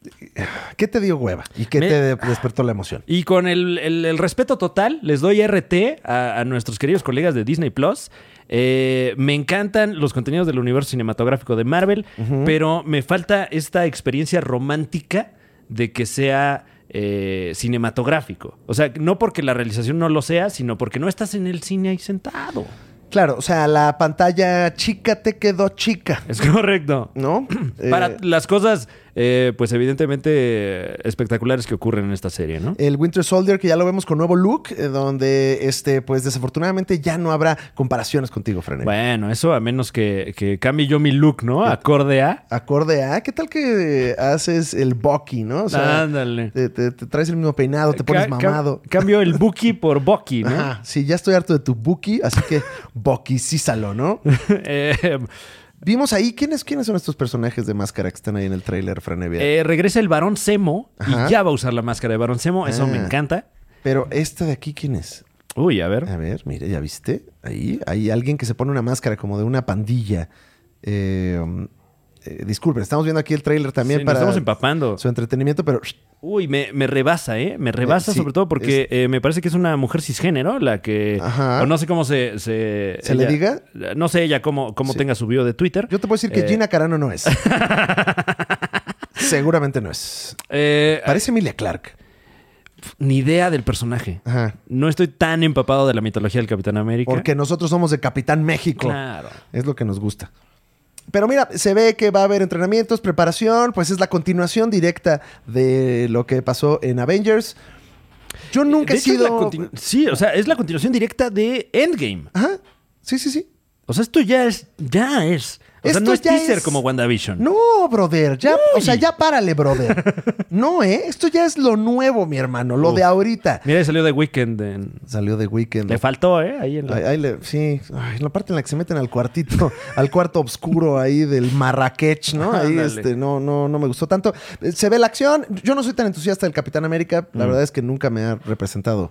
[SPEAKER 2] ¿Qué te dio hueva? ¿Y qué
[SPEAKER 1] Me-
[SPEAKER 2] te de- despertó la emoción?
[SPEAKER 1] Y con el, el- el respeto total, les doy RT a, a nuestros queridos colegas de Disney Plus. Eh, me encantan los contenidos del universo cinematográfico de Marvel, pero me falta esta experiencia romántica de que sea eh, cinematográfico. O sea, no porque la realización no lo sea, sino porque no estás en el cine ahí sentado.
[SPEAKER 2] Claro, o sea, la pantalla chica te quedó chica,
[SPEAKER 1] Es correcto.
[SPEAKER 2] ¿no?
[SPEAKER 1] Para
[SPEAKER 2] Eh,
[SPEAKER 1] las cosas, eh, pues evidentemente eh, espectaculares que ocurren en esta serie, ¿no?
[SPEAKER 2] El Winter Soldier, que ya lo vemos con nuevo look, eh, donde este, pues desafortunadamente ya no habrá comparaciones contigo, Fran.
[SPEAKER 1] Bueno, eso a menos que, que cambie yo mi look, ¿no? Acorde a.
[SPEAKER 2] acorde a qué tal que haces el Bucky, ¿no? O
[SPEAKER 1] Ándale.
[SPEAKER 2] Te, te- te traes el mismo peinado, te pones
[SPEAKER 1] Ca- ca-
[SPEAKER 2] mamado.
[SPEAKER 1] cambio el Buki por Bucky, ¿no?
[SPEAKER 2] Ajá, sí, ya estoy harto de tu Bucky, así que Bucky, sísalo, ¿no?
[SPEAKER 1] Eh,
[SPEAKER 2] Vimos ahí quiénes, quiénes son estos personajes de máscara que están ahí en el tráiler, Franevia.
[SPEAKER 1] Eh, regresa el varón Semo
[SPEAKER 2] Ajá.
[SPEAKER 1] y ya va a usar la máscara de varón Semo. Eso
[SPEAKER 2] Ah.
[SPEAKER 1] me encanta.
[SPEAKER 2] Pero este de aquí, ¿quién es?
[SPEAKER 1] Uy, a ver.
[SPEAKER 2] A ver, mire, ¿ya viste? Ahí hay alguien que se pone una máscara como de una pandilla. Eh, um, eh, disculpen, estamos viendo aquí el tráiler también
[SPEAKER 1] Sí, nos
[SPEAKER 2] para
[SPEAKER 1] estamos empapando.
[SPEAKER 2] su entretenimiento, pero
[SPEAKER 1] Uy, me, me rebasa, ¿eh? Me rebasa
[SPEAKER 2] Eh, sí,
[SPEAKER 1] sobre todo porque eh, me parece que es una mujer cisgénero la que...
[SPEAKER 2] Ajá.
[SPEAKER 1] O no sé cómo se... ¿Se,
[SPEAKER 2] ¿Se le diga?
[SPEAKER 1] No sé ella cómo, cómo
[SPEAKER 2] Sí.
[SPEAKER 1] tenga su bio de Twitter.
[SPEAKER 2] yo te puedo decir que
[SPEAKER 1] Eh,
[SPEAKER 2] Gina Carano no es. Seguramente no es.
[SPEAKER 1] eh,
[SPEAKER 2] Parece Emilia Clark.
[SPEAKER 1] ni idea del personaje.
[SPEAKER 2] Ajá.
[SPEAKER 1] No estoy tan empapado de la mitología del Capitán América.
[SPEAKER 2] Porque nosotros somos de Capitán México.
[SPEAKER 1] Claro.
[SPEAKER 2] Es lo que nos gusta. Pero mira, se ve que va a haber entrenamientos, preparación, pues es la continuación directa de lo que pasó en Avengers. Yo nunca
[SPEAKER 1] De
[SPEAKER 2] he
[SPEAKER 1] hecho, es la
[SPEAKER 2] sido.
[SPEAKER 1] continu- sí, o sea, es la continuación directa de Endgame.
[SPEAKER 2] Ajá. Sí, sí, sí.
[SPEAKER 1] O sea, esto ya es. Ya es. O
[SPEAKER 2] Esto
[SPEAKER 1] sea, no es
[SPEAKER 2] ya
[SPEAKER 1] teaser
[SPEAKER 2] es-
[SPEAKER 1] como WandaVision.
[SPEAKER 2] No, brother. Ya, o
[SPEAKER 1] Uy.
[SPEAKER 2] sea, ya párale, brother. No, ¿eh? Esto ya es lo nuevo, mi hermano, lo
[SPEAKER 1] Uf.
[SPEAKER 2] de ahorita.
[SPEAKER 1] Mira, ahí salió de Weekend. en-
[SPEAKER 2] Salió de Weekend.
[SPEAKER 1] Le faltó, ¿eh? Ahí en la-
[SPEAKER 2] Ahí- ahí le- sí, Ay, en la parte en la que se meten al cuartito, al cuarto oscuro ahí del Marrakech, ¿no? Ahí
[SPEAKER 1] Ándale.
[SPEAKER 2] este, no, no, no me gustó tanto. Eh, Se ve la acción. Yo no soy tan entusiasta del Capitán América. La verdad es que nunca me ha representado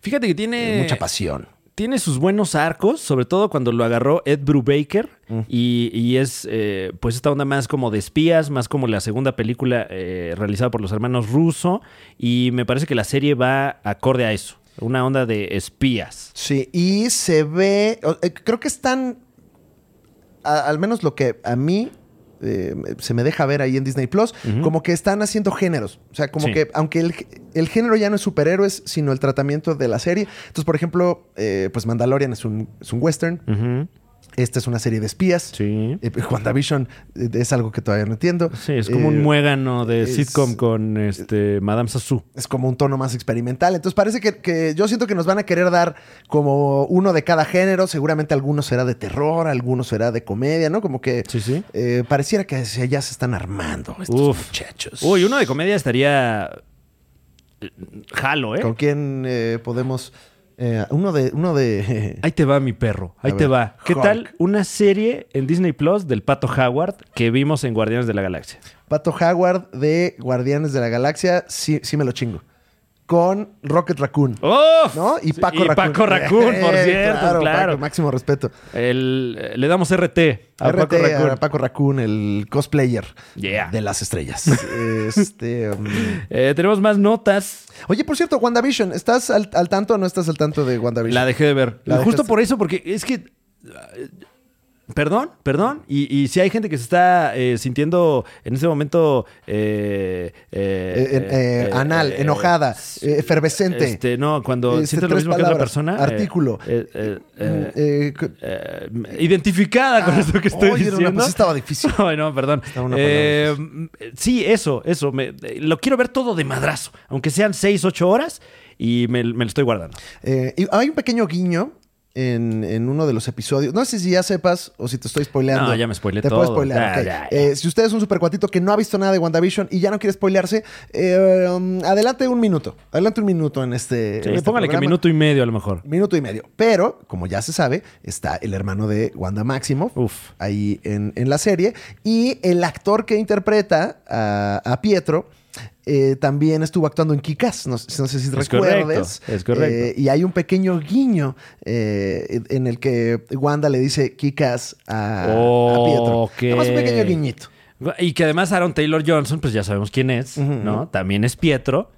[SPEAKER 1] Fíjate que tiene.
[SPEAKER 2] Eh, mucha pasión.
[SPEAKER 1] Tiene sus buenos arcos, sobre todo cuando lo agarró Ed Brubaker.
[SPEAKER 2] Mm.
[SPEAKER 1] Y, y es, eh, pues, esta onda más como de espías, más como la segunda película eh, realizada por los hermanos Russo. Y me parece que la serie va acorde a eso. Una onda de espías.
[SPEAKER 2] Sí, y se ve. o- eh, Creo que están. a- al menos lo que a mí. eh, se me deja ver ahí en Disney Plus, como que están haciendo géneros. O sea, como
[SPEAKER 1] Sí.
[SPEAKER 2] que, aunque el, el género ya no es superhéroes, sino el tratamiento de la serie. Entonces, por ejemplo, eh, pues Mandalorian es un, es un western. Esta es una serie de espías.
[SPEAKER 1] Mm. Sí.
[SPEAKER 2] Eh, WandaVision eh, es algo que todavía no entiendo.
[SPEAKER 1] Sí, es como un
[SPEAKER 2] Eh,
[SPEAKER 1] muégano de
[SPEAKER 2] es-
[SPEAKER 1] sitcom con este, Madame Sassou.
[SPEAKER 2] es como un tono más experimental. Entonces parece que, que yo siento que nos van a querer dar como uno de cada género. Seguramente alguno será de terror, alguno será de comedia, ¿no? Como que
[SPEAKER 1] Sí, sí.
[SPEAKER 2] eh, pareciera que hacia allá se están armando estos
[SPEAKER 1] Uf.
[SPEAKER 2] muchachos.
[SPEAKER 1] Uy, uno de comedia estaría. eh, Jalo, ¿eh?
[SPEAKER 2] ¿Con quién eh, podemos? eh, uno de, uno de.
[SPEAKER 1] Ahí te va mi perro, ahí
[SPEAKER 2] A
[SPEAKER 1] te
[SPEAKER 2] ver,
[SPEAKER 1] va. ¿Qué
[SPEAKER 2] Hulk.
[SPEAKER 1] tal una serie en Disney Plus del Pato Howard que vimos en Guardianes de la Galaxia?
[SPEAKER 2] Pato Howard de Guardianes de la Galaxia, sí, sí me lo chingo. Con Rocket Raccoon.
[SPEAKER 1] ¡Uf!
[SPEAKER 2] ¡Oh! ¿No? Y
[SPEAKER 1] Sí,
[SPEAKER 2] Paco Raccoon.
[SPEAKER 1] Paco Raccoon, por
[SPEAKER 2] Eh,
[SPEAKER 1] cierto, claro.
[SPEAKER 2] Paco, máximo respeto.
[SPEAKER 1] El- eh, le damos RT a
[SPEAKER 2] RT,
[SPEAKER 1] Paco
[SPEAKER 2] a
[SPEAKER 1] Raccoon.
[SPEAKER 2] Paco Raccoon, el cosplayer
[SPEAKER 1] Yeah.
[SPEAKER 2] de las estrellas. este, um,
[SPEAKER 1] Eh, tenemos más notas.
[SPEAKER 2] Oye, por cierto, WandaVision, ¿estás al, al tanto o no estás al tanto de WandaVision?
[SPEAKER 1] La dejé de ver.
[SPEAKER 2] La
[SPEAKER 1] Justo
[SPEAKER 2] dejaste.
[SPEAKER 1] por eso, porque es que. eh, Perdón, perdón. Y, y si hay gente que se está eh, sintiendo en este momento. eh, eh,
[SPEAKER 2] Eh, en- eh,
[SPEAKER 1] eh,
[SPEAKER 2] anal,
[SPEAKER 1] eh,
[SPEAKER 2] enojada, eh, efervescente.
[SPEAKER 1] Este, no, cuando
[SPEAKER 2] Este,
[SPEAKER 1] sientes lo
[SPEAKER 2] tres
[SPEAKER 1] mismo que otra
[SPEAKER 2] palabras,
[SPEAKER 1] persona. eh,
[SPEAKER 2] artículo.
[SPEAKER 1] eh, eh, eh,
[SPEAKER 2] Eh, cu-
[SPEAKER 1] eh, identificada con esto que estoy
[SPEAKER 2] Ah, oye, no, no,
[SPEAKER 1] diciendo.
[SPEAKER 2] pues sí estaba difícil.
[SPEAKER 1] Ay, no, perdón.
[SPEAKER 2] una
[SPEAKER 1] Eh, sí, eso, eso. me- eh, lo quiero ver todo de madrazo, aunque sean 6, 8 horas y me, me lo estoy guardando.
[SPEAKER 2] eh, y hay un pequeño guiño en, en uno de los episodios. No sé si ya sepas o si te estoy spoileando.
[SPEAKER 1] No, ya me spoileé
[SPEAKER 2] Te
[SPEAKER 1] todo.
[SPEAKER 2] puedo spoilear,
[SPEAKER 1] Ya,
[SPEAKER 2] ok.
[SPEAKER 1] ya, ya.
[SPEAKER 2] Eh, si usted es un supercuatito que no ha visto nada de WandaVision y ya no quiere spoilearse, eh, um, adelante un minuto. Adelante un minuto en este.
[SPEAKER 1] Sí,
[SPEAKER 2] en este
[SPEAKER 1] póngale que
[SPEAKER 2] programa.
[SPEAKER 1] minuto y medio a lo mejor.
[SPEAKER 2] Minuto y medio. Pero, como ya se sabe, está el hermano de Wanda Maximoff
[SPEAKER 1] Uf.
[SPEAKER 2] ahí en, en la serie. Y el actor que interpreta a, a Pietro eh, también estuvo actuando en Kikas. No, sé- no sé si recuerdes.
[SPEAKER 1] correcto, es correcto.
[SPEAKER 2] Eh, y hay un pequeño guiño eh, en el que Wanda le dice Kikas a, a Pietro.
[SPEAKER 1] Ok.
[SPEAKER 2] Nada más un pequeño guiñito.
[SPEAKER 1] Y que además Aaron Taylor Johnson, pues ya sabemos quién es, ¿no? También es Pietro.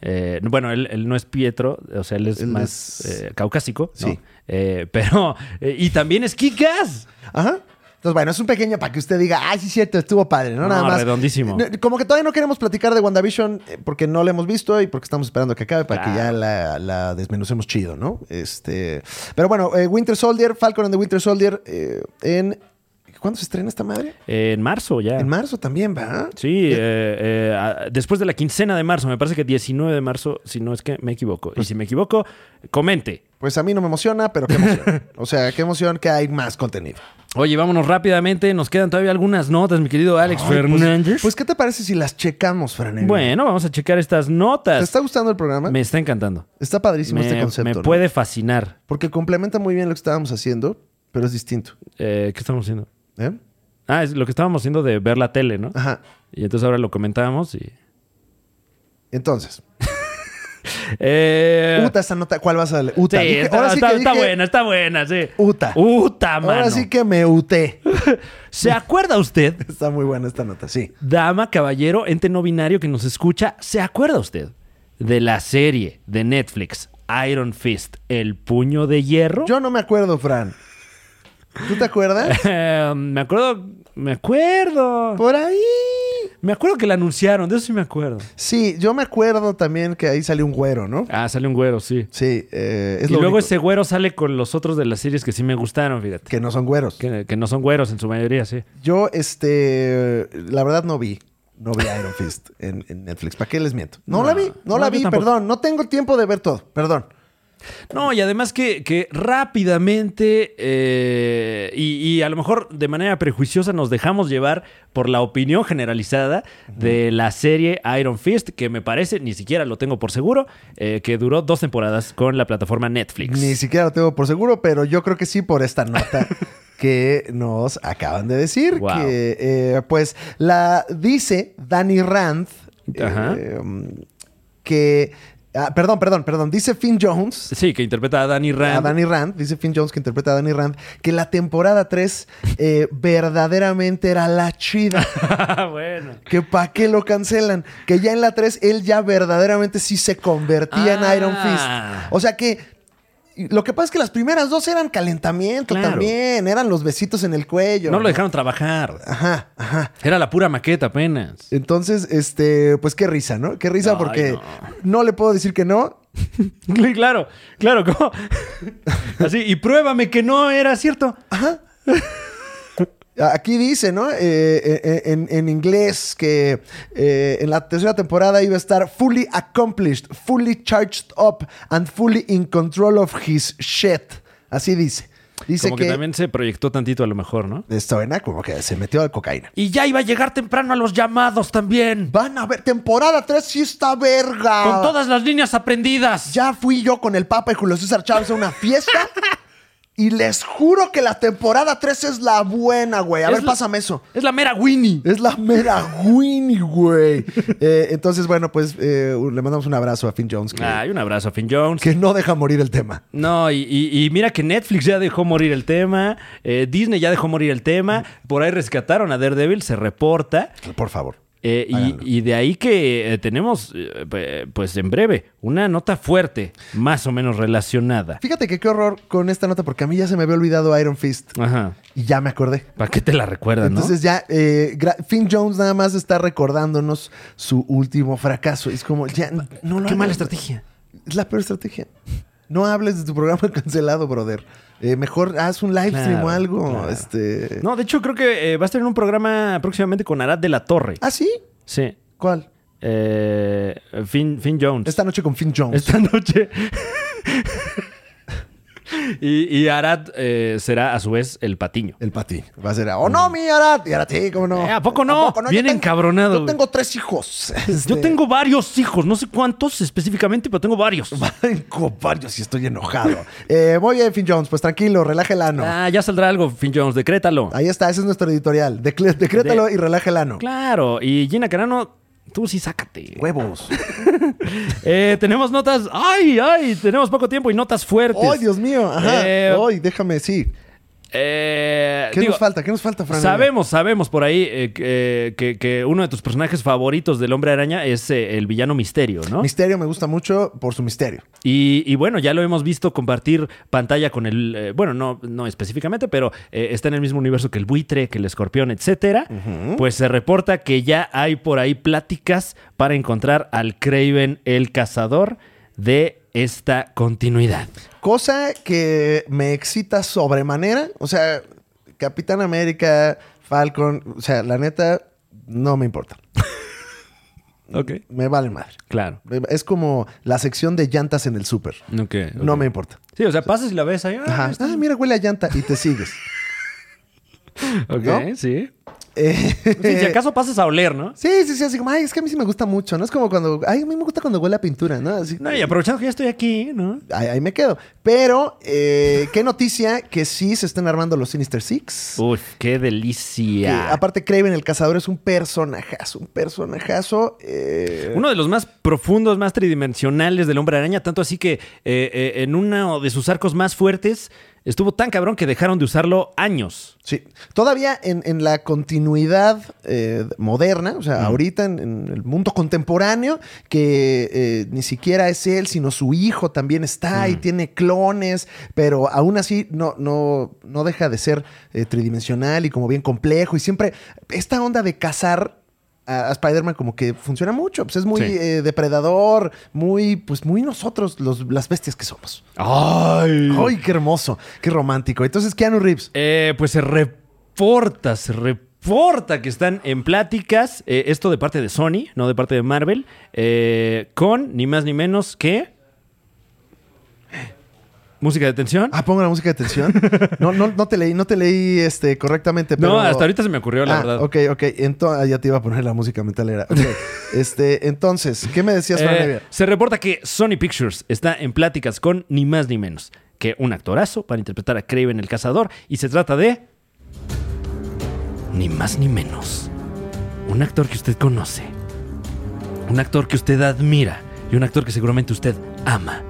[SPEAKER 1] Eh, bueno, él, él no es Pietro, o sea, él es
[SPEAKER 2] Él
[SPEAKER 1] más
[SPEAKER 2] es-
[SPEAKER 1] eh, caucásico, ¿no?
[SPEAKER 2] Sí.
[SPEAKER 1] Eh, pero, eh, y también es Kikas.
[SPEAKER 2] Ajá. Entonces, bueno, es un pequeño para que usted diga, ay, sí, cierto, estuvo padre, ¿no?
[SPEAKER 1] No,
[SPEAKER 2] Nada más.
[SPEAKER 1] redondísimo.
[SPEAKER 2] No, Como que todavía no queremos platicar de WandaVision eh, porque no la hemos visto y porque estamos esperando que acabe para que ya la, la desmenucemos chido, ¿no? Este. Pero bueno, eh, Winter Soldier, Falcon and the Winter Soldier, eh, en. ¿Cuándo se estrena esta madre?
[SPEAKER 1] eh, en marzo ya.
[SPEAKER 2] En marzo también, ¿va?
[SPEAKER 1] Sí, eh, eh, a- después de la quincena de marzo, me parece que 19 de marzo, si no es que me equivoco. Y si me equivoco, comente.
[SPEAKER 2] Pues a mí no me emociona, pero qué emoción. o sea, qué emoción que hay más contenido.
[SPEAKER 1] Oye, vámonos rápidamente, nos quedan todavía algunas notas, mi querido Alex
[SPEAKER 2] Ay, pues-
[SPEAKER 1] Fernández.
[SPEAKER 2] Pues, ¿qué te parece si las checamos, Fran?
[SPEAKER 1] bueno, vamos a checar estas
[SPEAKER 2] ¿Te
[SPEAKER 1] notas.
[SPEAKER 2] está gustando el programa?
[SPEAKER 1] Me está encantando.
[SPEAKER 2] Está padrísimo
[SPEAKER 1] me,
[SPEAKER 2] Ah. este concepto.
[SPEAKER 1] me
[SPEAKER 2] ¿no?
[SPEAKER 1] puede fascinar.
[SPEAKER 2] Porque complementa muy bien lo que estábamos haciendo, pero es distinto.
[SPEAKER 1] Eh, ¿Qué estamos haciendo?
[SPEAKER 2] ¿eh?
[SPEAKER 1] Ah, es lo que estábamos haciendo de ver la tele, ¿no?
[SPEAKER 2] Ajá.
[SPEAKER 1] Y entonces ahora lo comentábamos y.
[SPEAKER 2] Entonces,
[SPEAKER 1] Eh,
[SPEAKER 2] Uta, esa nota, ¿cuál vas a leer? Uta.
[SPEAKER 1] sí,
[SPEAKER 2] Dije-
[SPEAKER 1] está,
[SPEAKER 2] ahora sí
[SPEAKER 1] está-
[SPEAKER 2] que
[SPEAKER 1] está
[SPEAKER 2] dije-
[SPEAKER 1] buena, está buena, sí.
[SPEAKER 2] Uta.
[SPEAKER 1] Uta, mano.
[SPEAKER 2] Ahora sí que me uté.
[SPEAKER 1] ¿Se acuerda usted,
[SPEAKER 2] Está muy buena esta nota, sí.
[SPEAKER 1] dama, caballero, ente no binario que nos escucha, ¿se acuerda usted de la serie de Netflix Iron Fist, El Puño de Hierro?
[SPEAKER 2] Yo no me acuerdo, Fran. ¿Tú te acuerdas?
[SPEAKER 1] Eh, me acuerdo, me acuerdo.
[SPEAKER 2] Por ahí.
[SPEAKER 1] Me acuerdo que la anunciaron, de eso sí me acuerdo.
[SPEAKER 2] Sí, yo me acuerdo también que ahí salió un güero, ¿no?
[SPEAKER 1] Ah, sale un güero, sí.
[SPEAKER 2] Sí, eh, es
[SPEAKER 1] y
[SPEAKER 2] lo
[SPEAKER 1] luego
[SPEAKER 2] único,
[SPEAKER 1] ese güero sale con los otros de las series que sí me gustaron, fíjate.
[SPEAKER 2] que no son güeros.
[SPEAKER 1] Que, que no son güeros en su mayoría, sí.
[SPEAKER 2] Yo, este, la verdad no vi. No vi Iron Fist en, en Netflix. ¿Para qué les miento? No,
[SPEAKER 1] No,
[SPEAKER 2] la vi, no,
[SPEAKER 1] no,
[SPEAKER 2] la
[SPEAKER 1] yo
[SPEAKER 2] vi,
[SPEAKER 1] tampoco.
[SPEAKER 2] perdón. No tengo tiempo de ver todo, perdón.
[SPEAKER 1] No, y además que, que rápidamente eh, y, y a lo mejor de manera prejuiciosa nos dejamos llevar por la opinión generalizada de la serie Iron Fist, que me parece, ni siquiera lo tengo por seguro, eh, que duró dos temporadas con la plataforma Netflix.
[SPEAKER 2] Ni siquiera lo tengo por seguro, pero yo creo que sí por esta nota que nos acaban de decir.
[SPEAKER 1] Wow.
[SPEAKER 2] Que, eh, pues, la dice Danny Rand. eh,
[SPEAKER 1] Ajá.
[SPEAKER 2] que. ah, perdón, perdón, perdón. Dice Finn Jones.
[SPEAKER 1] Sí, que interpreta a Danny Rand.
[SPEAKER 2] A Danny Rand, dice Finn Jones que interpreta a Danny Rand, que la temporada 3 eh, verdaderamente era la chida.
[SPEAKER 1] Ah, bueno.
[SPEAKER 2] Que pa' qué lo cancelan. Que ya en la 3 él ya verdaderamente sí se convertía
[SPEAKER 1] Ah.
[SPEAKER 2] en Iron Fist. O sea que. Lo que pasa es que las primeras dos eran calentamiento
[SPEAKER 1] Claro.
[SPEAKER 2] también. Eran los besitos en el cuello.
[SPEAKER 1] No lo dejaron trabajar.
[SPEAKER 2] Ajá, ajá.
[SPEAKER 1] Era la pura maqueta apenas.
[SPEAKER 2] Entonces, este, pues qué risa, ¿no? Qué risa
[SPEAKER 1] Ay,
[SPEAKER 2] porque
[SPEAKER 1] no.
[SPEAKER 2] no. le puedo decir que no.
[SPEAKER 1] Claro, claro, ¿cómo? Así, y pruébame que no era cierto.
[SPEAKER 2] Aquí dice, ¿no? Eh, eh, en, en inglés que eh, en la tercera temporada iba a estar fully accomplished, fully charged up and fully in control of his shit. Así dice. Dice
[SPEAKER 1] Como que, también se proyectó tantito a lo mejor, ¿no?
[SPEAKER 2] Esta vena como que se metió de cocaína.
[SPEAKER 1] Y ya iba a llegar temprano a los llamados también.
[SPEAKER 2] Van a ver, temporada 3 sí está verga.
[SPEAKER 1] Con todas las líneas aprendidas.
[SPEAKER 2] Ya fui yo con el Papa y Julio César Chávez a una fiesta. y les juro que la temporada 3 es la buena, güey. A
[SPEAKER 1] Es
[SPEAKER 2] ver,
[SPEAKER 1] la-
[SPEAKER 2] pásame eso.
[SPEAKER 1] Es la mera Winnie.
[SPEAKER 2] Es la mera Winnie, güey. Eh, entonces, bueno, pues eh, le mandamos un abrazo a Finn Jones, que,
[SPEAKER 1] Ay, un abrazo a Finn Jones.
[SPEAKER 2] que no deja morir el tema.
[SPEAKER 1] No, y, y- y mira que Netflix ya dejó morir el tema, eh, Disney ya dejó morir el tema, por ahí rescataron a Daredevil, se reporta.
[SPEAKER 2] Por favor.
[SPEAKER 1] Eh, y,
[SPEAKER 2] Háganlo.
[SPEAKER 1] y de ahí que eh, tenemos, eh, pe- pues en breve, una nota fuerte, más o menos relacionada.
[SPEAKER 2] Fíjate que qué horror con esta nota, porque a mí ya se me había olvidado Iron Fist.
[SPEAKER 1] Ajá.
[SPEAKER 2] Y ya me acordé.
[SPEAKER 1] ¿Para qué te la recuerdan, no?
[SPEAKER 2] Entonces ya eh, gra- Finn Jones nada más está recordándonos su último fracaso. Es como, ya, n- no lo
[SPEAKER 1] qué
[SPEAKER 2] hagas.
[SPEAKER 1] mala estrategia.
[SPEAKER 2] Es la peor estrategia. No hables de tu programa cancelado, brother. Eh, mejor haz un live stream
[SPEAKER 1] Claro,
[SPEAKER 2] o algo.
[SPEAKER 1] claro.
[SPEAKER 2] Este...
[SPEAKER 1] No, de hecho, creo que eh, vas a tener un programa próximamente con Arad de la Torre.
[SPEAKER 2] ¿Ah, sí?
[SPEAKER 1] Sí.
[SPEAKER 2] ¿Cuál?
[SPEAKER 1] Eh, Finn, Finn Jones.
[SPEAKER 2] Esta noche con Finn Jones.
[SPEAKER 1] Pues Esta noche. y, y Arad eh, será a su vez el patiño.
[SPEAKER 2] El pati. Va a ser, oh no, mi Arat. Y Arat, sí, cómo no.
[SPEAKER 1] Mm. Eh, ¿a poco no?
[SPEAKER 2] Yo
[SPEAKER 1] Bien
[SPEAKER 2] tengo-
[SPEAKER 1] encabronado,
[SPEAKER 2] Yo
[SPEAKER 1] güey.
[SPEAKER 2] tengo tres hijos. Este,
[SPEAKER 1] Yo tengo varios hijos, no sé cuántos específicamente, pero tengo varios.
[SPEAKER 2] Tengo varios y estoy enojado. eh, muy bien, Finn Jones. Pues tranquilo, relaja el ano.
[SPEAKER 1] Ah, ya saldrá algo, Finn Jones, decrétalo.
[SPEAKER 2] Ahí está, ese es nuestro editorial. Decle- decrétalo
[SPEAKER 1] De-
[SPEAKER 2] y relaja el ano.
[SPEAKER 1] Claro, y Gina Carano, tú sí sácate.
[SPEAKER 2] Huevos.
[SPEAKER 1] Eh, tenemos notas, ay, ay, tenemos poco tiempo y notas fuertes.
[SPEAKER 2] ¡Ay, Dios mío! Ajá.
[SPEAKER 1] Eh,
[SPEAKER 2] ¡Ay, déjame, sí!
[SPEAKER 1] Eh,
[SPEAKER 2] ¿Qué
[SPEAKER 1] digo,
[SPEAKER 2] nos falta? ¿Qué nos falta, Fran?
[SPEAKER 1] Sabemos, sabemos por ahí eh, que, eh, que- que uno de tus personajes favoritos del Hombre Araña es eh, el villano Misterio, ¿no?
[SPEAKER 2] Misterio me gusta mucho por su misterio.
[SPEAKER 1] Y, y bueno, ya lo hemos visto compartir pantalla con el, eh, bueno, no, no específicamente, pero eh, está en el mismo universo que el buitre, que el escorpión, etcétera. Pues se reporta que ya hay por ahí pláticas para encontrar al Craven el cazador de esta continuidad.
[SPEAKER 2] Cosa que me excita sobremanera. O sea, Capitán América, Falcon. O sea, la neta, no me importa.
[SPEAKER 1] Ok.
[SPEAKER 2] Me vale madre.
[SPEAKER 1] Claro.
[SPEAKER 2] Es como la sección de llantas en el súper. No me importa.
[SPEAKER 1] Sí, o sea, pasas y la ves ahí. ah,
[SPEAKER 2] Ajá.
[SPEAKER 1] está- pues,
[SPEAKER 2] Ah, mira, huele a llanta y te sigues.
[SPEAKER 1] Ok,
[SPEAKER 2] ¿No?
[SPEAKER 1] sí.
[SPEAKER 2] Eh,
[SPEAKER 1] Sí, si acaso pasas a oler, ¿no?
[SPEAKER 2] Sí, sí, sí, así como, ay, es que a mí sí me gusta mucho, ¿no? Es como cuando, ay, a mí me gusta cuando huele a pintura, ¿no? Así,
[SPEAKER 1] No, y aprovechando que ya estoy aquí, ¿no?
[SPEAKER 2] ahí, ahí me quedo. Pero, eh, qué noticia que sí se están armando los Sinister Six.
[SPEAKER 1] Uy, qué
[SPEAKER 2] Que,
[SPEAKER 1] delicia.
[SPEAKER 2] aparte, Craven el Cazador es un personajazo, un personajazo. eh,
[SPEAKER 1] Uno de los más profundos, más tridimensionales del hombre araña, tanto así que eh, eh, en uno de sus arcos más fuertes estuvo tan cabrón que dejaron de usarlo años.
[SPEAKER 2] Sí, todavía en, en la continuidad eh, moderna, o sea, ahorita en, en el mundo contemporáneo, que eh, ni siquiera es él, sino su hijo también está y tiene clones, pero aún así no, no, no deja de ser eh, tridimensional y como bien complejo. Y siempre esta onda de cazar a, a Spider-Man como que funciona mucho, pues es muy
[SPEAKER 1] Sí.
[SPEAKER 2] eh, depredador, muy, pues muy nosotros, los, las bestias que somos.
[SPEAKER 1] ¡Ay!
[SPEAKER 2] ¡Ay, qué hermoso! ¡Qué romántico! Entonces, Keanu Reeves.
[SPEAKER 1] Eh, pues se reporta, se reporta que están en pláticas, eh, esto de parte de Sony, no de parte de Marvel, eh, con ni más ni menos que... Música de tensión.
[SPEAKER 2] Ah, pongo la música de atención. No, no, no te leí, no te leí este, correctamente. Pero...
[SPEAKER 1] No, hasta ahorita se me ocurrió, la
[SPEAKER 2] Ah,
[SPEAKER 1] verdad.
[SPEAKER 2] Ok, ok. Entonces, ya te iba a poner la música metalera. Ok. este, entonces, ¿qué me decías, Fran
[SPEAKER 1] Eh,
[SPEAKER 2] Evia?
[SPEAKER 1] se reporta que Sony Pictures está en pláticas con ni más ni menos que un actorazo para interpretar a Craven el Cazador y se trata de... Ni más ni menos. Un actor que usted conoce. Un actor que usted admira y un actor que seguramente usted ama.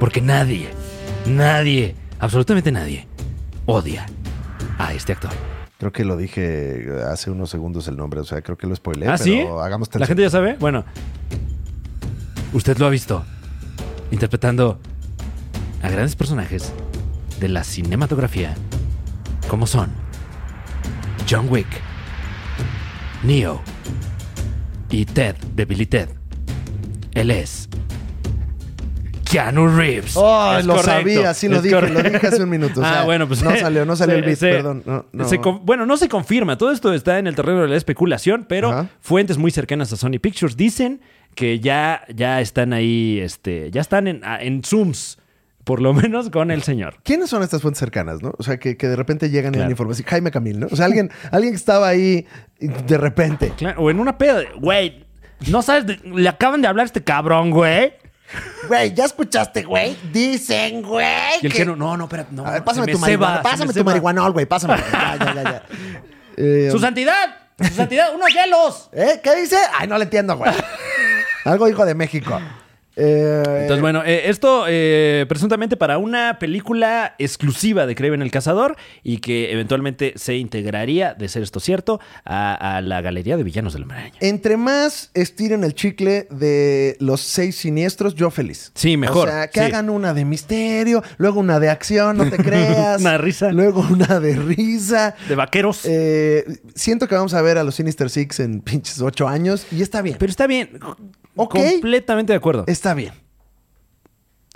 [SPEAKER 1] Porque nadie, nadie, absolutamente nadie, odia a este actor.
[SPEAKER 2] Creo que lo dije hace unos segundos el nombre, o sea, creo que lo spoileé.
[SPEAKER 1] ¿Ah,
[SPEAKER 2] ¿eh? pero
[SPEAKER 1] sí?
[SPEAKER 2] Hagamos
[SPEAKER 1] ¿La gente ya sabe? Bueno, usted lo ha visto interpretando a grandes personajes de la cinematografía como son John Wick, Neo y Ted de Billy Ted. Él es Keanu Reeves.
[SPEAKER 2] Oh,
[SPEAKER 1] Es
[SPEAKER 2] lo
[SPEAKER 1] correcto,
[SPEAKER 2] sabía, sí lo
[SPEAKER 1] es
[SPEAKER 2] dije, lo
[SPEAKER 1] correcto.
[SPEAKER 2] dije hace un minuto. o
[SPEAKER 1] ah,
[SPEAKER 2] sea,
[SPEAKER 1] bueno, pues.
[SPEAKER 2] No salió, no salió el
[SPEAKER 1] se-
[SPEAKER 2] beat,
[SPEAKER 1] se-
[SPEAKER 2] perdón. no, no.
[SPEAKER 1] se con- bueno, no se confirma. Todo esto está en el terreno de la especulación, pero
[SPEAKER 2] Ajá.
[SPEAKER 1] fuentes muy cercanas a Sony Pictures dicen que ya, ya están ahí, este, ya están en, a- en Zooms, por lo menos con el señor.
[SPEAKER 2] ¿Quiénes son estas fuentes cercanas, no? O sea, que, que de repente llegan y dan
[SPEAKER 1] Claro.
[SPEAKER 2] información. Jaime Camil, ¿no? O sea, alguien, alguien que estaba ahí y de repente.
[SPEAKER 1] Claro, o en una peda. de, Güey, no sabes, de- le acaban de hablar a este cabrón, güey.
[SPEAKER 2] Güey, ¿ya escuchaste, güey? Dicen, güey.
[SPEAKER 1] Y el
[SPEAKER 2] que-
[SPEAKER 1] que no, no, no, espérate, no.
[SPEAKER 2] A ver,
[SPEAKER 1] se
[SPEAKER 2] pásame
[SPEAKER 1] me
[SPEAKER 2] tu
[SPEAKER 1] ceba,
[SPEAKER 2] marihuana.
[SPEAKER 1] se me
[SPEAKER 2] Pásame tu
[SPEAKER 1] ceba.
[SPEAKER 2] marihuanol, güey. Pásame. Ya, ya, ya, ya. Eh,
[SPEAKER 1] ¡Su santidad! ¡Su santidad! ¡Unos hielos!
[SPEAKER 2] ¿Eh? ¿Qué dice? Ay, no le entiendo, güey. Algo dijo de México. Eh,
[SPEAKER 1] Entonces, bueno, eh, esto eh, presuntamente para una película exclusiva de Craven el Cazador y que eventualmente se integraría, de ser esto cierto, a, a la Galería de Villanos de la Maraña.
[SPEAKER 2] Entre más estiren el chicle de los seis siniestros, yo feliz.
[SPEAKER 1] Sí, mejor,
[SPEAKER 2] O sea, que
[SPEAKER 1] sí.
[SPEAKER 2] hagan una de misterio, luego una de acción, no te creas.
[SPEAKER 1] Una risa.
[SPEAKER 2] Luego una de risa.
[SPEAKER 1] De vaqueros.
[SPEAKER 2] Eh, siento que vamos a ver a los Sinister Six en pinches ocho años y está bien.
[SPEAKER 1] Pero está bien.
[SPEAKER 2] Ok.
[SPEAKER 1] Completamente de acuerdo.
[SPEAKER 2] Está bien.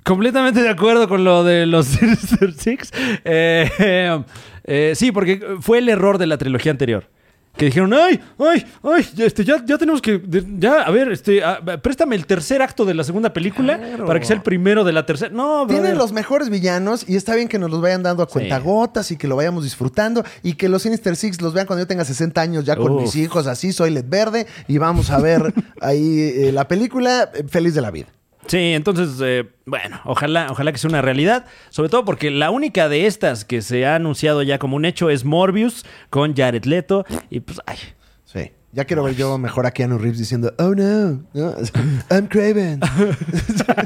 [SPEAKER 1] Completamente de acuerdo con lo de los Sinister Six. Eh, eh, eh, sí, porque fue el error de la trilogía anterior. Que dijeron, ay, ay, ay, ya, este, ya, ya tenemos que, de- ya, a ver, este, ah, préstame el tercer acto de la segunda película
[SPEAKER 2] Claro.
[SPEAKER 1] para que sea el primero de la tercera. No, brother.
[SPEAKER 2] Tienen los mejores villanos y está bien que nos los vayan dando a cuentagotas y que lo vayamos disfrutando y que los Sinister Six los vean cuando yo tenga 60 años ya con
[SPEAKER 1] Uf.
[SPEAKER 2] mis hijos, así soy LED Verde y vamos a ver ahí eh, la película eh, Feliz de la Vida.
[SPEAKER 1] Sí, entonces, eh, bueno, ojalá, ojalá que sea una realidad. Sobre todo porque la única de estas que se ha anunciado ya como un hecho es Morbius con Jared Leto. Y pues, ay.
[SPEAKER 2] Sí. Ya quiero ver yo mejor a Keanu Reeves diciendo, oh no, no, I'm Craven.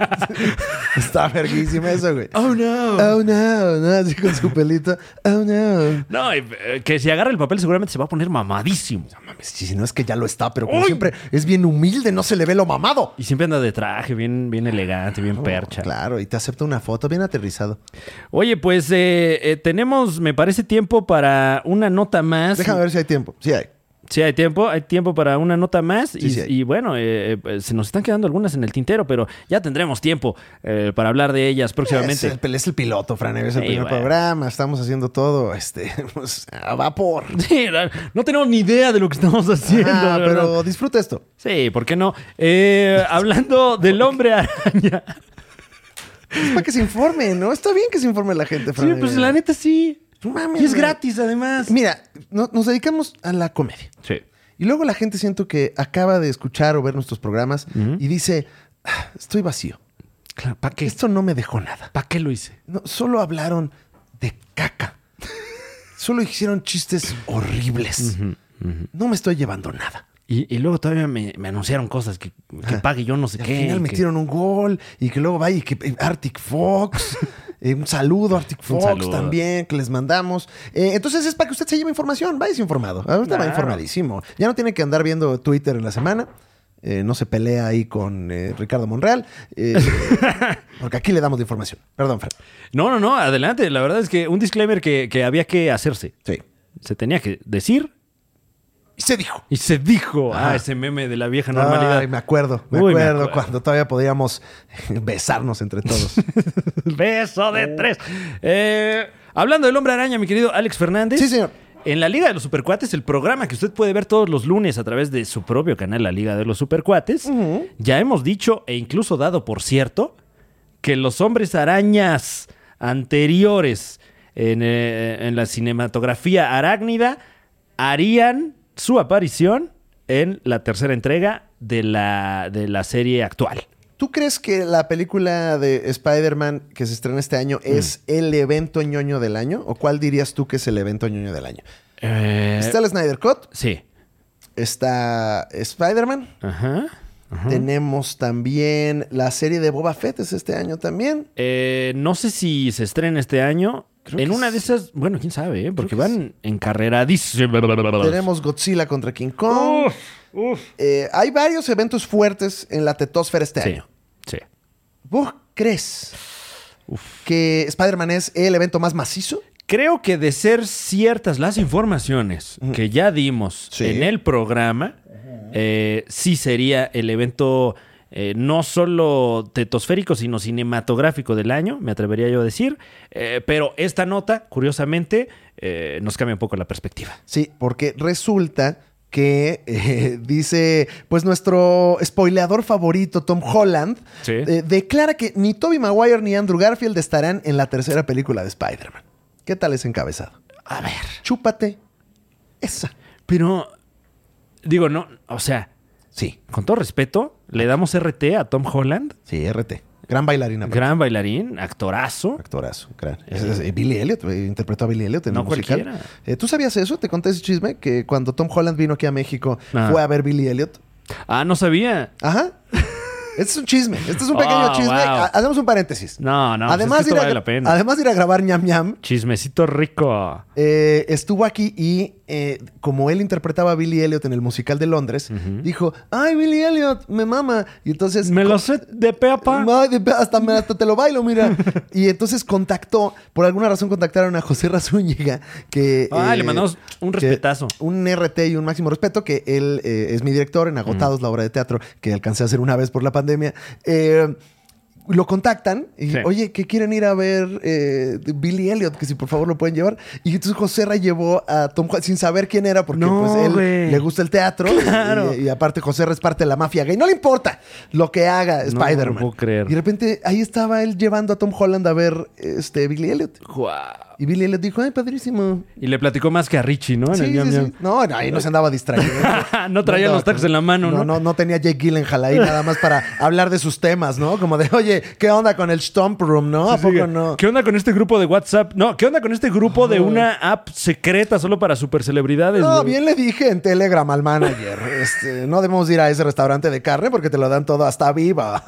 [SPEAKER 2] está verguísima eso, güey.
[SPEAKER 1] Oh no.
[SPEAKER 2] Oh no, no, así con su pelito. Oh no.
[SPEAKER 1] No, y, eh, que si agarra el papel seguramente se va a poner mamadísimo.
[SPEAKER 2] Mames, Si no es que ya lo está, pero como siempre es bien humilde, no se le ve lo mamado.
[SPEAKER 1] Y siempre anda de traje, bien, bien elegante, bien percha.
[SPEAKER 2] Oh, Ah, Claro, y te acepta una foto bien aterrizado.
[SPEAKER 1] Oye, pues eh, eh, tenemos, me parece, tiempo para una nota más.
[SPEAKER 2] Déjame ver si hay tiempo. Sí hay.
[SPEAKER 1] Sí, hay tiempo, hay tiempo para una nota más.
[SPEAKER 2] Sí,
[SPEAKER 1] y,
[SPEAKER 2] sí hay.
[SPEAKER 1] y bueno, eh, eh, se nos están quedando algunas en el tintero, pero ya tendremos tiempo eh, para hablar de ellas
[SPEAKER 2] Es
[SPEAKER 1] próximamente.
[SPEAKER 2] el, es el piloto, Fran. Es el
[SPEAKER 1] Sí,
[SPEAKER 2] primer
[SPEAKER 1] bueno.
[SPEAKER 2] programa. Estamos haciendo todo este, pues, a vapor.
[SPEAKER 1] Sí, la- no tenemos ni idea de lo que estamos haciendo. la
[SPEAKER 2] Ah,
[SPEAKER 1] verdad.
[SPEAKER 2] pero disfruta esto.
[SPEAKER 1] Sí, ¿por qué no? Eh, hablando del hombre araña.
[SPEAKER 2] Es para que se informe, ¿no? Está bien que se informe pues, la gente,
[SPEAKER 1] Sí,
[SPEAKER 2] Fran.
[SPEAKER 1] pues la neta sí.
[SPEAKER 2] No mames,
[SPEAKER 1] Y es
[SPEAKER 2] güey.
[SPEAKER 1] gratis, además.
[SPEAKER 2] Mira, no- nos dedicamos a la comedia.
[SPEAKER 1] Sí.
[SPEAKER 2] Y luego la gente siento que acaba de escuchar o ver nuestros programas y dice, "Ah, estoy vacío.
[SPEAKER 1] Claro, ¿para qué?
[SPEAKER 2] Esto no me dejó nada.
[SPEAKER 1] ¿Para qué lo hice?
[SPEAKER 2] No, solo hablaron de caca. solo hicieron chistes horribles. No me estoy llevando nada.
[SPEAKER 1] Y, y luego todavía me, me anunciaron cosas que, que pague yo no sé
[SPEAKER 2] Y al
[SPEAKER 1] qué.
[SPEAKER 2] final
[SPEAKER 1] que-
[SPEAKER 2] metieron un gol y que luego vaya y que eh, Arctic Fox. eh, un saludo a Arctic
[SPEAKER 1] Un
[SPEAKER 2] Fox
[SPEAKER 1] saludo.
[SPEAKER 2] también que les mandamos. Eh, entonces es para que usted se lleve información. Vaya informado. Ahorita va
[SPEAKER 1] Claro.
[SPEAKER 2] informadísimo. Ya no tiene que andar viendo Twitter en la semana. Eh, no se pelea ahí con eh, Ricardo Monreal. eh, porque aquí le damos la información. Perdón, Fred.
[SPEAKER 1] No, no, no, adelante. La verdad es que un disclaimer que, que había que hacerse.
[SPEAKER 2] Sí.
[SPEAKER 1] Se tenía que decir
[SPEAKER 2] Y se dijo.
[SPEAKER 1] y se dijo.
[SPEAKER 2] Ajá.
[SPEAKER 1] Ah, ese meme de la vieja normalidad.
[SPEAKER 2] Ay, me acuerdo, me
[SPEAKER 1] Uy, me
[SPEAKER 2] acuerdo
[SPEAKER 1] acuerdo.
[SPEAKER 2] cuando todavía podíamos besarnos entre todos.
[SPEAKER 1] Beso de
[SPEAKER 2] Oh.
[SPEAKER 1] tres. Eh, hablando del hombre araña, mi querido Alex Fernández.
[SPEAKER 2] Sí, señor.
[SPEAKER 1] En la Liga de los Supercuates, el programa que usted puede ver todos los lunes a través de su propio canal, la Liga de los Supercuates, ya hemos dicho e incluso dado por cierto que los hombres arañas anteriores en, eh, en la cinematografía arácnida harían su aparición en la tercera entrega de la, de la serie actual.
[SPEAKER 2] ¿Tú crees que la película de Spider-Man que se estrena este año es
[SPEAKER 1] Mm.
[SPEAKER 2] el evento ñoño del año? ¿O cuál dirías tú que es el evento ñoño del año? Eh, está el Snyder Cut,
[SPEAKER 1] Eh, Sí.
[SPEAKER 2] está Spider-Man,
[SPEAKER 1] Ajá.
[SPEAKER 2] tenemos también la serie de Boba Fett, es este año también.
[SPEAKER 1] Eh, no sé si se estrena este año.
[SPEAKER 2] Creo
[SPEAKER 1] en
[SPEAKER 2] que
[SPEAKER 1] una de
[SPEAKER 2] sí.
[SPEAKER 1] esas, bueno, quién sabe, ¿eh? porque van encarreradísimos.
[SPEAKER 2] Tenemos Godzilla contra King Kong. Eh, hay varios eventos fuertes en la tetósfera este
[SPEAKER 1] Sí,
[SPEAKER 2] año.
[SPEAKER 1] sí.
[SPEAKER 2] ¿Vos crees que Spider-Man es el evento más macizo?
[SPEAKER 1] Creo que de ser ciertas las informaciones que ya dimos
[SPEAKER 2] Sí.
[SPEAKER 1] en el programa, eh, sí sería el evento eh, no solo tetosférico, sino cinematográfico del año, me atrevería yo a decir. Eh, pero esta nota, curiosamente, eh, nos cambia un poco la perspectiva.
[SPEAKER 2] Sí, porque resulta que eh, dice, pues nuestro spoileador favorito, Tom Holland,
[SPEAKER 1] Sí.
[SPEAKER 2] eh, declara que ni Toby Maguire ni Andrew Garfield estarán en la tercera película de Spider-Man. ¿Qué tal ese encabezado?
[SPEAKER 1] A ver.
[SPEAKER 2] Chúpate esa.
[SPEAKER 1] Pero, digo, no, o sea,
[SPEAKER 2] Sí,
[SPEAKER 1] con todo respeto, le damos RT a Tom Holland,
[SPEAKER 2] sí, RT. Gran bailarina. aparte.
[SPEAKER 1] gran bailarín, actorazo.
[SPEAKER 2] Actorazo, gran. Es- es- eh, Billy Elliot, eh, interpretó a Billy Elliot en
[SPEAKER 1] No
[SPEAKER 2] el musical.
[SPEAKER 1] cualquiera.
[SPEAKER 2] Eh, ¿Tú sabías eso? Te conté ese chisme que cuando Tom Holland vino aquí a México
[SPEAKER 1] Ah.
[SPEAKER 2] fue a ver Billy Elliot.
[SPEAKER 1] Ah, no sabía.
[SPEAKER 2] Ajá. Este es un chisme. Este es un pequeño
[SPEAKER 1] Oh,
[SPEAKER 2] chisme.
[SPEAKER 1] wow.
[SPEAKER 2] Ha- Hacemos un paréntesis.
[SPEAKER 1] No, no, pues
[SPEAKER 2] Además,
[SPEAKER 1] es que esto
[SPEAKER 2] de ir a
[SPEAKER 1] vale
[SPEAKER 2] gra-
[SPEAKER 1] la pena.
[SPEAKER 2] además de ir a grabar ñam ñam,
[SPEAKER 1] Chismecito rico.
[SPEAKER 2] eh, estuvo aquí y eh, como él interpretaba a Billy Elliot en el musical de Londres, dijo, ay, Billy Elliot, me mama. Y entonces...
[SPEAKER 1] Me lo
[SPEAKER 2] co-
[SPEAKER 1] sé de peapa.
[SPEAKER 2] Ay, de- hasta, me- hasta te lo bailo, mira. y entonces contactó, por alguna razón contactaron a José Razúñiga, que... eh,
[SPEAKER 1] Ah, le mandamos un
[SPEAKER 2] que-
[SPEAKER 1] respetazo.
[SPEAKER 2] Un RT y un máximo respeto, que él eh, es mi director en
[SPEAKER 1] Mm.
[SPEAKER 2] Agotados, la obra de teatro que alcancé a hacer una vez por la pandemia. Eh, lo contactan y,
[SPEAKER 1] Sí.
[SPEAKER 2] oye, que quieren ir a ver eh, Billy Elliot, que si por favor lo pueden llevar. Y entonces José Ra llevó a Tom Holland sin saber quién era, porque
[SPEAKER 1] No,
[SPEAKER 2] pues él
[SPEAKER 1] güey.
[SPEAKER 2] le gusta el teatro.
[SPEAKER 1] Claro.
[SPEAKER 2] Y, y aparte José Ra es parte de la mafia gay. No le importa lo que haga
[SPEAKER 1] No,
[SPEAKER 2] Spider-Man.
[SPEAKER 1] no puedo creer.
[SPEAKER 2] Y de repente ahí estaba él llevando a Tom Holland a ver este Billy Elliot.
[SPEAKER 1] Guau.
[SPEAKER 2] Y Billy Elliot dijo, ay, padrísimo.
[SPEAKER 1] Y le platicó más que a Richie, ¿no? En
[SPEAKER 2] Sí,
[SPEAKER 1] el
[SPEAKER 2] sí,
[SPEAKER 1] ñam,
[SPEAKER 2] sí.
[SPEAKER 1] ñam.
[SPEAKER 2] No, no, ahí no se andaba distraído.
[SPEAKER 1] No traía los tacos en la mano,
[SPEAKER 2] No,
[SPEAKER 1] ¿no?
[SPEAKER 2] no, no tenía Jake Gyllenhaal ahí nada más para hablar de sus temas, ¿no? Como de, oye, ¿qué onda con el Stomp Room, no? ¿A
[SPEAKER 1] Sí,
[SPEAKER 2] poco
[SPEAKER 1] sí.
[SPEAKER 2] no?
[SPEAKER 1] ¿Qué onda con este grupo de WhatsApp? No, ¿qué onda con este grupo de una app secreta solo para supercelebridades?
[SPEAKER 2] No,
[SPEAKER 1] güey?
[SPEAKER 2] bien le dije en Telegram al manager. este, no debemos ir a ese restaurante de carne porque te lo dan todo hasta viva.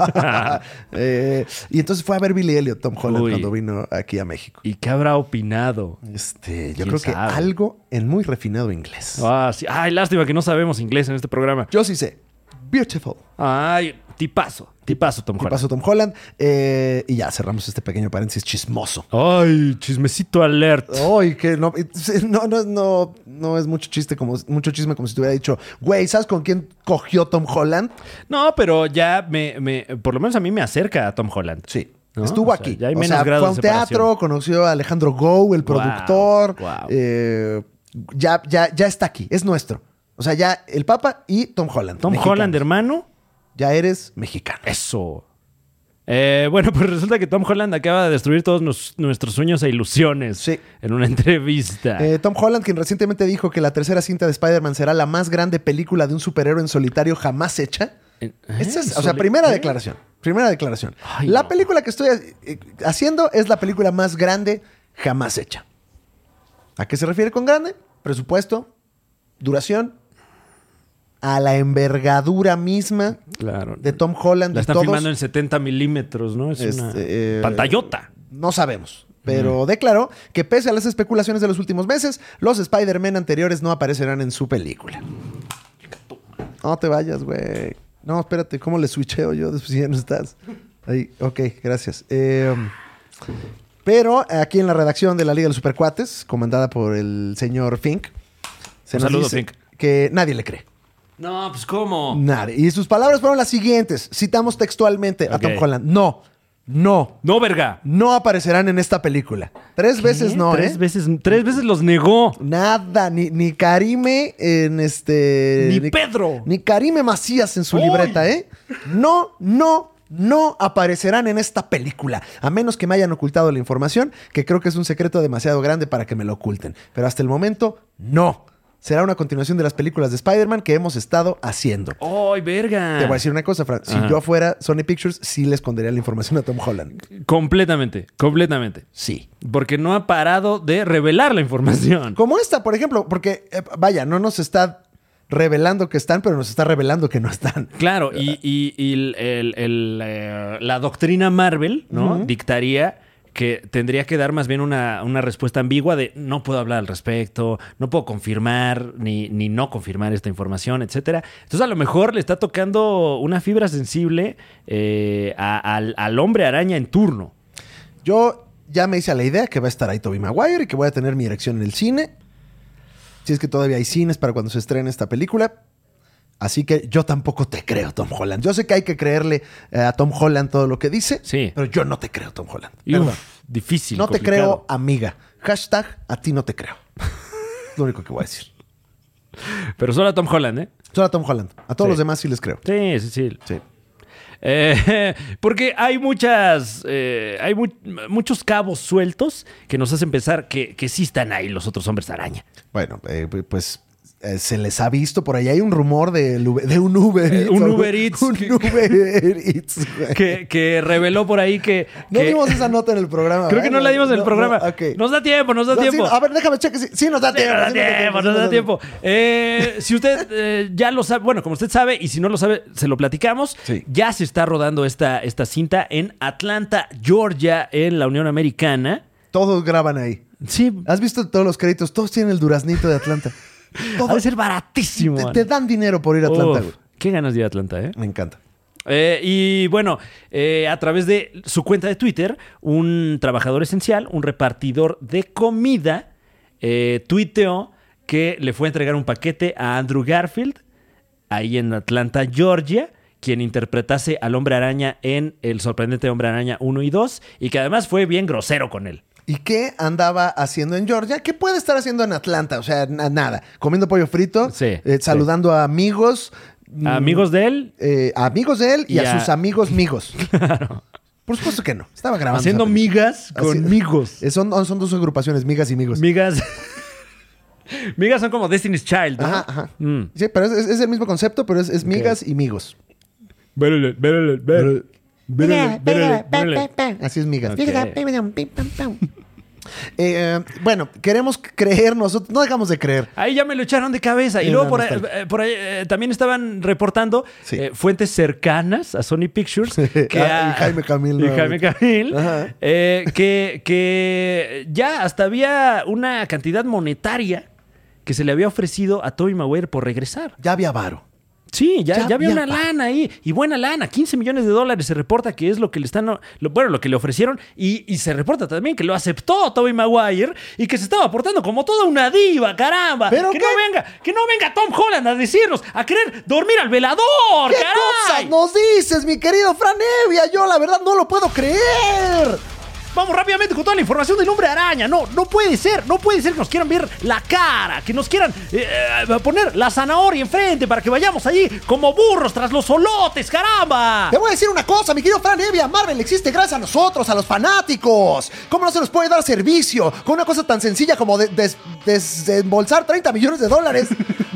[SPEAKER 2] Eh, y entonces fue a ver Billy Elliot, Tom Holland,
[SPEAKER 1] Uy.
[SPEAKER 2] cuando vino aquí a México.
[SPEAKER 1] ¿Y qué habrá opinado?
[SPEAKER 2] Este, yo
[SPEAKER 1] ¿Quién
[SPEAKER 2] creo que
[SPEAKER 1] sabe?
[SPEAKER 2] algo en muy refinado inglés.
[SPEAKER 1] Ah, sí. Ay, lástima que no sabemos inglés en este programa.
[SPEAKER 2] Yo sí sé. Beautiful.
[SPEAKER 1] Ay, tipazo. Tipazo, Tom
[SPEAKER 2] Y
[SPEAKER 1] Holland.
[SPEAKER 2] pasó Tom Holland. Eh, y ya cerramos este pequeño paréntesis chismoso.
[SPEAKER 1] Ay, chismecito alert.
[SPEAKER 2] Ay, que no, no, no, no, no es mucho chiste como mucho chisme como si te hubiera dicho, güey, ¿sabes con quién cogió Tom Holland?
[SPEAKER 1] No, pero ya me, me- por lo menos a mí me acerca a Tom Holland.
[SPEAKER 2] Sí.
[SPEAKER 1] ¿No?
[SPEAKER 2] Estuvo
[SPEAKER 1] O sea,
[SPEAKER 2] aquí.
[SPEAKER 1] ya hay
[SPEAKER 2] O
[SPEAKER 1] menos
[SPEAKER 2] sea,
[SPEAKER 1] grados
[SPEAKER 2] fue a un
[SPEAKER 1] de separación.
[SPEAKER 2] teatro, conoció a Alejandro Gou, el productor.
[SPEAKER 1] guau.
[SPEAKER 2] Eh, ya, ya, ya está aquí, es nuestro. O sea, ya el Papa y Tom Holland.
[SPEAKER 1] Tom
[SPEAKER 2] mexicano.
[SPEAKER 1] Holland, hermano.
[SPEAKER 2] Ya eres mexicano.
[SPEAKER 1] Eso. Eh, bueno, pues resulta que Tom Holland acaba de destruir todos nos- nuestros sueños e ilusiones
[SPEAKER 2] Sí.
[SPEAKER 1] en una entrevista.
[SPEAKER 2] Eh, Tom Holland, quien recientemente dijo que la tercera cinta de Spider-Man será la más grande película de un superhéroe en solitario jamás hecha.
[SPEAKER 1] En-
[SPEAKER 2] Esta es,
[SPEAKER 1] ¿eh?
[SPEAKER 2] o sea,
[SPEAKER 1] Soli-
[SPEAKER 2] primera
[SPEAKER 1] ¿eh?
[SPEAKER 2] declaración. Primera declaración.
[SPEAKER 1] Ay,
[SPEAKER 2] la
[SPEAKER 1] no.
[SPEAKER 2] película que estoy eh, haciendo es la película más grande jamás hecha. ¿A qué se refiere con grande? Presupuesto, duración, a la envergadura misma
[SPEAKER 1] Claro.
[SPEAKER 2] de Tom Holland.
[SPEAKER 1] La
[SPEAKER 2] de
[SPEAKER 1] están
[SPEAKER 2] todos.
[SPEAKER 1] filmando en 70 milímetros, ¿no? Es una
[SPEAKER 2] Este, eh,
[SPEAKER 1] pantallota.
[SPEAKER 2] No sabemos. Pero declaró que pese a las especulaciones de los últimos meses, los Spider-Man anteriores no aparecerán en su película. No te vayas, güey. No, espérate, ¿cómo le switcheo yo después si ya no estás? Ahí, ok, gracias. Eh, pero aquí en la redacción de la Liga de los Supercuates, comandada por el señor Fink, se
[SPEAKER 1] Un
[SPEAKER 2] nos
[SPEAKER 1] saludo,
[SPEAKER 2] dice
[SPEAKER 1] Fink.
[SPEAKER 2] que nadie le cree.
[SPEAKER 1] No, pues ¿cómo?
[SPEAKER 2] Nadie. Y sus palabras fueron las siguientes. Citamos textualmente a Tom
[SPEAKER 1] Ok.
[SPEAKER 2] Holland. No, no,
[SPEAKER 1] No, verga.
[SPEAKER 2] no aparecerán en esta película. Tres veces no,
[SPEAKER 1] tres
[SPEAKER 2] ¿eh?
[SPEAKER 1] veces, tres veces los negó.
[SPEAKER 2] Nada, ni, ni Karime en este.
[SPEAKER 1] Ni Pedro.
[SPEAKER 2] Ni Karime Macías en su
[SPEAKER 1] ¡Uy!
[SPEAKER 2] libreta, ¿eh? No, no, no aparecerán en esta película. A menos que me hayan ocultado la información, que creo que es un secreto demasiado grande para que me lo oculten. Pero hasta el momento, no. Será una continuación de las películas de Spider-Man que hemos estado haciendo.
[SPEAKER 1] ¡Ay, verga!
[SPEAKER 2] Te voy a decir una cosa, Fran. Si
[SPEAKER 1] Ajá.
[SPEAKER 2] yo fuera Sony Pictures, sí le escondería la información a Tom Holland.
[SPEAKER 1] Completamente, completamente.
[SPEAKER 2] Sí.
[SPEAKER 1] Porque no ha parado de revelar la información.
[SPEAKER 2] Como esta, por ejemplo, porque, eh, vaya, no nos está revelando que están, pero nos está revelando que no están.
[SPEAKER 1] Claro, y, y- y el- el- el, eh, la doctrina Marvel, ¿no? Dictaría que tendría que dar más bien una, una respuesta ambigua de no puedo hablar al respecto, no puedo confirmar ni, ni no confirmar esta información, etcétera. Entonces a lo mejor le está tocando una fibra sensible eh, a- al, al hombre araña en turno.
[SPEAKER 2] Yo ya me hice a la idea que va a estar ahí Toby Maguire y que voy a tener mi erección en el cine. Si es que todavía hay cines para cuando se estrene esta película. Así que yo tampoco te creo, Tom Holland. Yo sé que hay que creerle eh, a Tom Holland todo lo que dice,
[SPEAKER 1] Sí.
[SPEAKER 2] pero yo no te creo, Tom Holland.
[SPEAKER 1] Y,
[SPEAKER 2] Perdón.
[SPEAKER 1] uf, difícil.
[SPEAKER 2] no te
[SPEAKER 1] complicado.
[SPEAKER 2] creo, amiga. Hashtag a ti no te creo. lo único que voy a decir.
[SPEAKER 1] Pero solo a Tom Holland, ¿eh?
[SPEAKER 2] Solo a Tom Holland. A todos
[SPEAKER 1] Sí.
[SPEAKER 2] los demás sí les creo.
[SPEAKER 1] Sí, sí, sí.
[SPEAKER 2] Sí.
[SPEAKER 1] Eh, porque hay muchas. eh, hay mu- muchos cabos sueltos que nos hacen pensar que, que sí están ahí los otros hombres araña.
[SPEAKER 2] Bueno, eh, pues eh, se les ha visto por ahí. Hay un rumor del Ube- de, un Uber
[SPEAKER 1] Eh,
[SPEAKER 2] Eats.
[SPEAKER 1] un
[SPEAKER 2] algo-
[SPEAKER 1] Uber Eats.
[SPEAKER 2] Un
[SPEAKER 1] Que-
[SPEAKER 2] Uber Eats. güey.
[SPEAKER 1] Que, que reveló por ahí que.
[SPEAKER 2] No
[SPEAKER 1] que-
[SPEAKER 2] dimos esa nota en el programa.
[SPEAKER 1] Creo que no la dimos en el programa.
[SPEAKER 2] no, ok.
[SPEAKER 1] Nos da tiempo, nos da
[SPEAKER 2] No, sí,
[SPEAKER 1] tiempo.
[SPEAKER 2] a ver, déjame cheque. Sí, sí nos da
[SPEAKER 1] Sí,
[SPEAKER 2] tiempo.
[SPEAKER 1] nos da
[SPEAKER 2] sí
[SPEAKER 1] tiempo,
[SPEAKER 2] sí
[SPEAKER 1] nos da tiempo. Eh, si usted eh, ya lo sabe, bueno, como usted sabe, y si no lo sabe, se lo platicamos.
[SPEAKER 2] Sí.
[SPEAKER 1] Ya se está rodando esta, esta cinta en Atlanta, Georgia, en la Unión Americana.
[SPEAKER 2] Todos graban ahí.
[SPEAKER 1] Sí,
[SPEAKER 2] ¿Has visto todos los créditos? Todos tienen el duraznito de Atlanta.
[SPEAKER 1] ha de
[SPEAKER 2] Todos.
[SPEAKER 1] ser baratísimo.
[SPEAKER 2] Te,
[SPEAKER 1] man.
[SPEAKER 2] te dan dinero por ir a Atlanta,
[SPEAKER 1] Uf,
[SPEAKER 2] güey.
[SPEAKER 1] Qué ganas de ir a Atlanta, ¿eh?
[SPEAKER 2] Me encanta.
[SPEAKER 1] Eh, y bueno, eh, a través de su cuenta de Twitter, un trabajador esencial, un repartidor de comida, eh, tuiteó que le fue a entregar un paquete a Andrew Garfield, ahí en Atlanta, Georgia, quien interpretase al hombre araña en El sorprendente hombre araña 1 y 2, y que además fue bien grosero con él.
[SPEAKER 2] ¿Y qué andaba haciendo en Georgia? ¿Qué puede estar haciendo en Atlanta? O sea, na- nada. Comiendo pollo frito,
[SPEAKER 1] Sí,
[SPEAKER 2] eh,
[SPEAKER 1] sí.
[SPEAKER 2] saludando a amigos. mm,
[SPEAKER 1] A amigos de él,
[SPEAKER 2] eh, a amigos de él y,
[SPEAKER 1] Y
[SPEAKER 2] a,
[SPEAKER 1] a-
[SPEAKER 2] sus amigos migos. Por supuesto que no. Estaba grabando.
[SPEAKER 1] haciendo
[SPEAKER 2] esa película.
[SPEAKER 1] migas
[SPEAKER 2] Así-
[SPEAKER 1] con amigos.
[SPEAKER 2] Eh, Son, son dos agrupaciones, migas y migos.
[SPEAKER 1] Migas. Migas son como Destiny's Child, ¿no?
[SPEAKER 2] Ajá, ajá.
[SPEAKER 1] Mm.
[SPEAKER 2] Sí, pero es, es- es el mismo concepto, pero es, es migas y migos.
[SPEAKER 1] Vérele, vérele, vérele. Vérele, vérele, vérele.
[SPEAKER 2] Así es migas.
[SPEAKER 1] Ok.
[SPEAKER 2] Eh, bueno, queremos creer nosotros. No dejamos de creer.
[SPEAKER 1] Ahí ya me lo echaron de cabeza. Y
[SPEAKER 2] Sí,
[SPEAKER 1] luego
[SPEAKER 2] no,
[SPEAKER 1] por
[SPEAKER 2] no
[SPEAKER 1] ahí,
[SPEAKER 2] está
[SPEAKER 1] eh, por ahí, eh, también estaban reportando
[SPEAKER 2] Sí.
[SPEAKER 1] eh, fuentes cercanas a Sony Pictures. que a-
[SPEAKER 2] Ah, y Jaime Camil,
[SPEAKER 1] y
[SPEAKER 2] ¿no?
[SPEAKER 1] Jaime Camil,
[SPEAKER 2] Ajá.
[SPEAKER 1] eh, que, que ya hasta había una cantidad monetaria que se le había ofrecido a Tobey Maguire por regresar.
[SPEAKER 2] Ya había varo.
[SPEAKER 1] Sí, ya,
[SPEAKER 2] Ya
[SPEAKER 1] ya, había
[SPEAKER 2] había
[SPEAKER 1] una
[SPEAKER 2] pa-
[SPEAKER 1] lana ahí. Y buena lana. 15 millones de dólares se reporta que es lo que le están. lo- bueno, lo que le ofrecieron. Y, y se reporta también que lo aceptó Toby Maguire y que se estaba portando como toda una diva, caramba.
[SPEAKER 2] ¿Pero
[SPEAKER 1] que
[SPEAKER 2] qué?
[SPEAKER 1] no venga, que no venga Tom Holland a decirnos, a querer dormir al velador,
[SPEAKER 2] ¿Qué
[SPEAKER 1] caray.
[SPEAKER 2] cosas nos dices, mi querido Fran Evia? Yo la verdad no lo puedo creer.
[SPEAKER 1] Vamos rápidamente con toda la información del hombre araña. No, no puede ser, no puede ser que nos quieran ver la cara, que nos quieran eh, eh, poner la zanahoria enfrente para que vayamos allí como burros tras los solotes, caramba.
[SPEAKER 2] Te voy a decir una cosa, mi querido Fran Evia. Marvel existe gracias a nosotros, a los fanáticos. ¿Cómo no se nos puede dar servicio con una cosa tan sencilla como de- des- desembolsar 30 millones de dólares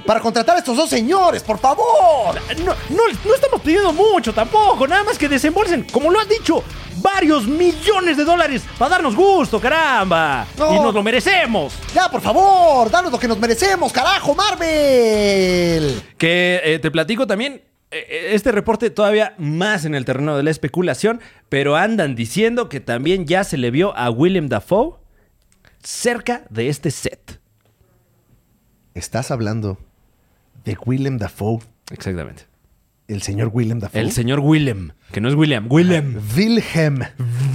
[SPEAKER 2] para contratar a estos dos señores? Por favor.
[SPEAKER 1] No, no, no estamos pidiendo mucho tampoco, nada más que desembolsen, como lo has dicho, varios millones de dólares para darnos gusto, caramba.
[SPEAKER 2] No.
[SPEAKER 1] Y nos lo merecemos.
[SPEAKER 2] Ya, por favor, danos lo que nos merecemos, carajo, Marvel.
[SPEAKER 1] Que eh, te platico también. eh, Este reporte todavía más en el terreno de la especulación, pero andan diciendo que también ya se le vio a William Dafoe cerca de este set.
[SPEAKER 2] Estás hablando de Willem Dafoe,
[SPEAKER 1] Exactamente.
[SPEAKER 2] el señor Willem Dafoe.
[SPEAKER 1] El señor Willem, que no es William, Willem.
[SPEAKER 2] Wilhelm.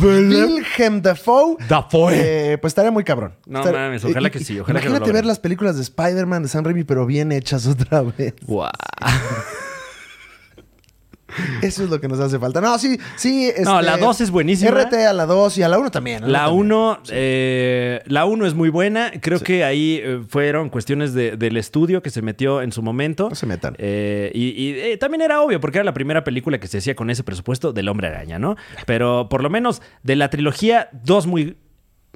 [SPEAKER 2] Wilhelm Dafoe.
[SPEAKER 1] Dafoe.
[SPEAKER 2] Eh, pues estaría muy cabrón.
[SPEAKER 1] No
[SPEAKER 2] Estar-
[SPEAKER 1] mames, ojalá
[SPEAKER 2] eh,
[SPEAKER 1] que
[SPEAKER 2] eh,
[SPEAKER 1] sí, ojalá que lo
[SPEAKER 2] Imagínate
[SPEAKER 1] logren.
[SPEAKER 2] ver las películas de Spider-Man de Sam Raimi, pero bien hechas otra vez.
[SPEAKER 1] Guau.
[SPEAKER 2] Eso es lo que nos hace falta. No, sí, sí.
[SPEAKER 1] No,
[SPEAKER 2] este,
[SPEAKER 1] la dos es buenísima.
[SPEAKER 2] RT a la 2 y a la 1 también. a
[SPEAKER 1] La
[SPEAKER 2] Ah, también.
[SPEAKER 1] 1 la uno es muy buena. Creo que ahí eh, fueron cuestiones de- del estudio que se metió en su momento.
[SPEAKER 2] No se metan.
[SPEAKER 1] Eh, y y, eh, también era obvio, porque era la primera película que se hacía con ese presupuesto del Hombre Araña, ¿no? Pero por lo menos de la trilogía, dos muy,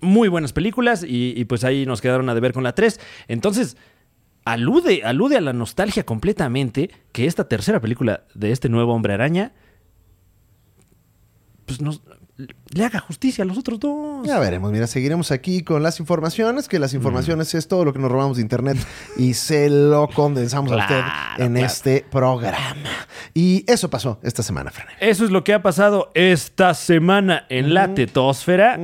[SPEAKER 1] muy buenas películas. Y, y, pues ahí nos quedaron a deber con la 3. Entonces. Alude, alude a la nostalgia completamente que esta tercera película de este nuevo hombre araña pues nos, le haga justicia a los otros dos.
[SPEAKER 2] Ya veremos, mira, seguiremos aquí con las informaciones, que las informaciones es todo lo que nos robamos de internet y se lo condensamos a usted
[SPEAKER 1] Claro,
[SPEAKER 2] en
[SPEAKER 1] claro.
[SPEAKER 2] este programa. Y eso pasó esta semana, Fran.
[SPEAKER 1] Eso es lo que ha pasado esta semana en
[SPEAKER 2] Mm.
[SPEAKER 1] la tetósfera.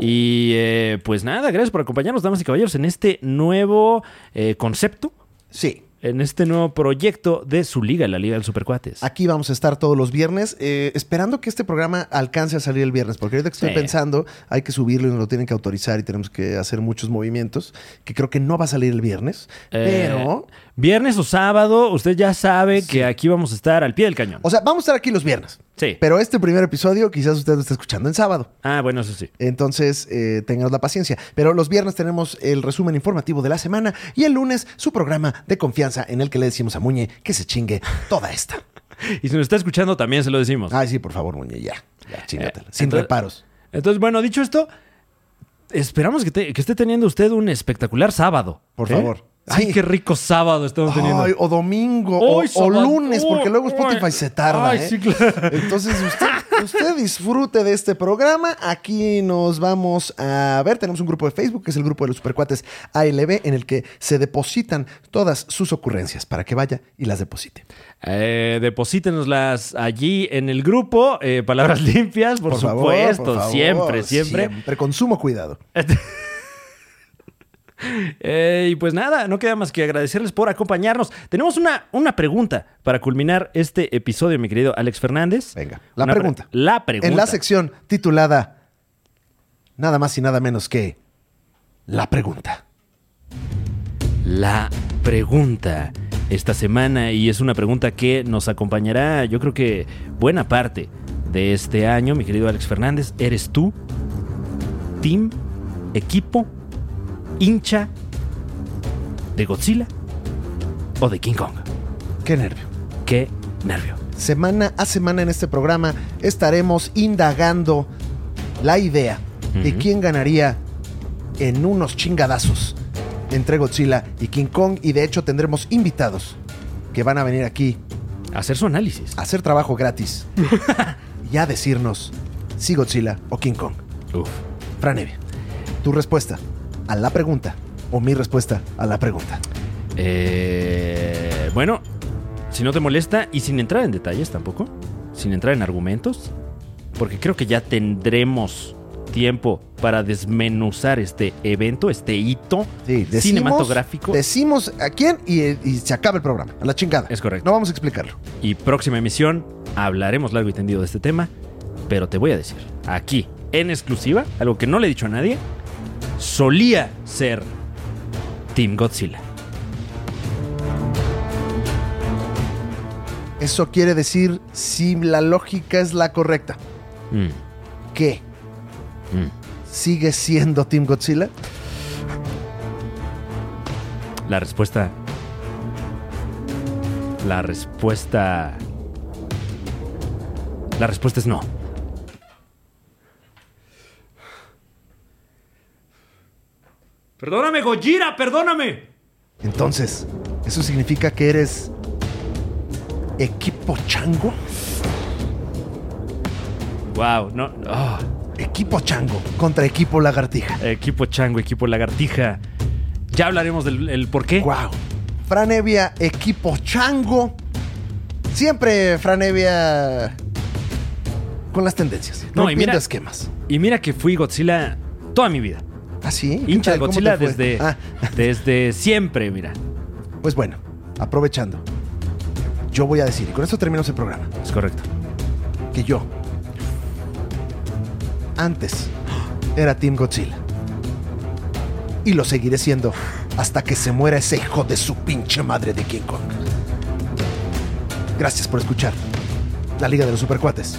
[SPEAKER 1] Y eh, pues nada, gracias por acompañarnos, damas y caballeros, en este nuevo eh, concepto,
[SPEAKER 2] Sí.
[SPEAKER 1] en este nuevo proyecto de su liga, la Liga del Supercuates.
[SPEAKER 2] Aquí vamos a estar todos los viernes, eh, esperando que este programa alcance a salir el viernes, porque ahorita que estoy
[SPEAKER 1] Sí.
[SPEAKER 2] pensando, hay que subirlo y nos lo tienen que autorizar y tenemos que hacer muchos movimientos, que creo que no va a salir el viernes,
[SPEAKER 1] Eh,
[SPEAKER 2] pero...
[SPEAKER 1] Viernes o sábado, usted ya sabe que aquí vamos a estar al pie del cañón.
[SPEAKER 2] O sea, vamos a estar aquí los viernes.
[SPEAKER 1] Sí.
[SPEAKER 2] Pero este primer episodio quizás usted lo está escuchando en sábado.
[SPEAKER 1] Ah, bueno, eso sí.
[SPEAKER 2] Entonces, eh, tenganos la paciencia. Pero los viernes tenemos el resumen informativo de la semana y el lunes su programa de confianza en el que le decimos a Muñe que se chingue toda esta.
[SPEAKER 1] Y si nos está escuchando, también se lo decimos.
[SPEAKER 2] Ay, sí, por favor, Muñe, ya. Ya, chingatela.
[SPEAKER 1] Eh,
[SPEAKER 2] Sin
[SPEAKER 1] entonces-
[SPEAKER 2] reparos.
[SPEAKER 1] Entonces, bueno, dicho esto, esperamos que, te- que esté teniendo usted un espectacular sábado.
[SPEAKER 2] Por
[SPEAKER 1] ¿eh?
[SPEAKER 2] favor.
[SPEAKER 1] Ay,
[SPEAKER 2] Sí.
[SPEAKER 1] qué rico sábado estamos teniendo.
[SPEAKER 2] Ay, o domingo, o,
[SPEAKER 1] Hoy
[SPEAKER 2] o
[SPEAKER 1] sábado.
[SPEAKER 2] lunes, porque luego
[SPEAKER 1] Uy,
[SPEAKER 2] Spotify
[SPEAKER 1] uy.
[SPEAKER 2] se tarda.
[SPEAKER 1] Ay,
[SPEAKER 2] ¿eh?
[SPEAKER 1] sí, claro.
[SPEAKER 2] Entonces, usted, usted disfrute de este programa. Aquí nos vamos a ver. Tenemos un grupo de Facebook, que es el grupo de los supercuates ALB, en el que se depositan todas sus ocurrencias para que vaya y las deposite.
[SPEAKER 1] Eh, deposítenoslas allí en el grupo. eh, palabras limpias, por,
[SPEAKER 2] favor,
[SPEAKER 1] supuesto.
[SPEAKER 2] por favor.
[SPEAKER 1] siempre, siempre.
[SPEAKER 2] Siempre, con sumo cuidado.
[SPEAKER 1] Eh, y pues nada, no queda más que agradecerles por acompañarnos. Tenemos una, una pregunta para culminar este episodio, mi querido Alex Fernández.
[SPEAKER 2] Venga, la
[SPEAKER 1] Una pre-
[SPEAKER 2] pregunta.
[SPEAKER 1] la pregunta.
[SPEAKER 2] En la sección titulada Nada más y nada menos que La pregunta.
[SPEAKER 1] la pregunta esta semana y es una pregunta que nos acompañará yo creo que buena parte de este año, mi querido Alex Fernández. ¿Eres tú? ¿Team? ¿Equipo? ¿Hincha? ¿De Godzilla? ¿O de King Kong?
[SPEAKER 2] Qué nervio.
[SPEAKER 1] ¡Qué nervio!
[SPEAKER 2] Semana a semana en este programa estaremos indagando la idea de
[SPEAKER 1] Ujú.
[SPEAKER 2] quién ganaría en unos chingadazos entre Godzilla y King Kong y de hecho tendremos invitados que van a venir aquí
[SPEAKER 1] Hacer su análisis.
[SPEAKER 2] a hacer trabajo gratis y a decirnos si Godzilla o King Kong.
[SPEAKER 1] Uf.
[SPEAKER 2] Franevia, tu respuesta a la pregunta o mi respuesta a la pregunta.
[SPEAKER 1] Eh, bueno, si no te molesta y sin entrar en detalles tampoco, sin entrar en argumentos, porque creo que ya tendremos tiempo para desmenuzar este evento, este hito cinematográfico.
[SPEAKER 2] Decimos a quién y, y se acaba el programa. A la chingada.
[SPEAKER 1] Es correcto.
[SPEAKER 2] No vamos a explicarlo.
[SPEAKER 1] Y próxima emisión hablaremos largo y tendido de este tema, pero te voy a decir, aquí, en exclusiva, algo que no le he dicho a nadie, solía ser Team Godzilla.
[SPEAKER 2] Eso quiere decir, si la lógica es la correcta,
[SPEAKER 1] Mm.
[SPEAKER 2] que sigue siendo Team Godzilla?
[SPEAKER 1] La respuesta. La respuesta. La respuesta es no. Perdóname, Gojira, perdóname.
[SPEAKER 2] Entonces, ¿eso significa que eres equipo chango?
[SPEAKER 1] Wow, no. ah.
[SPEAKER 2] Equipo chango contra equipo lagartija.
[SPEAKER 1] Equipo chango, equipo lagartija. Ya hablaremos del el por qué.
[SPEAKER 2] Wow. Franevia, equipo chango. Siempre Franevia con las tendencias.
[SPEAKER 1] No, y
[SPEAKER 2] rompiendo
[SPEAKER 1] mira-
[SPEAKER 2] esquemas.
[SPEAKER 1] Y mira que fui Godzilla toda mi vida.
[SPEAKER 2] ¿Ah, sí? ¿Qué
[SPEAKER 1] Hincha de
[SPEAKER 2] tal? ¿Cómo te
[SPEAKER 1] Godzilla
[SPEAKER 2] fue?
[SPEAKER 1] desde,
[SPEAKER 2] Ah,
[SPEAKER 1] desde siempre, mira.
[SPEAKER 2] pues bueno, aprovechando. Yo voy a decir, y con esto termino el programa,
[SPEAKER 1] Es correcto.
[SPEAKER 2] que yo antes era Team Godzilla. Y lo seguiré siendo hasta que se muera ese hijo de su pinche madre de King Kong. Gracias por escuchar. La Liga de los Supercuates.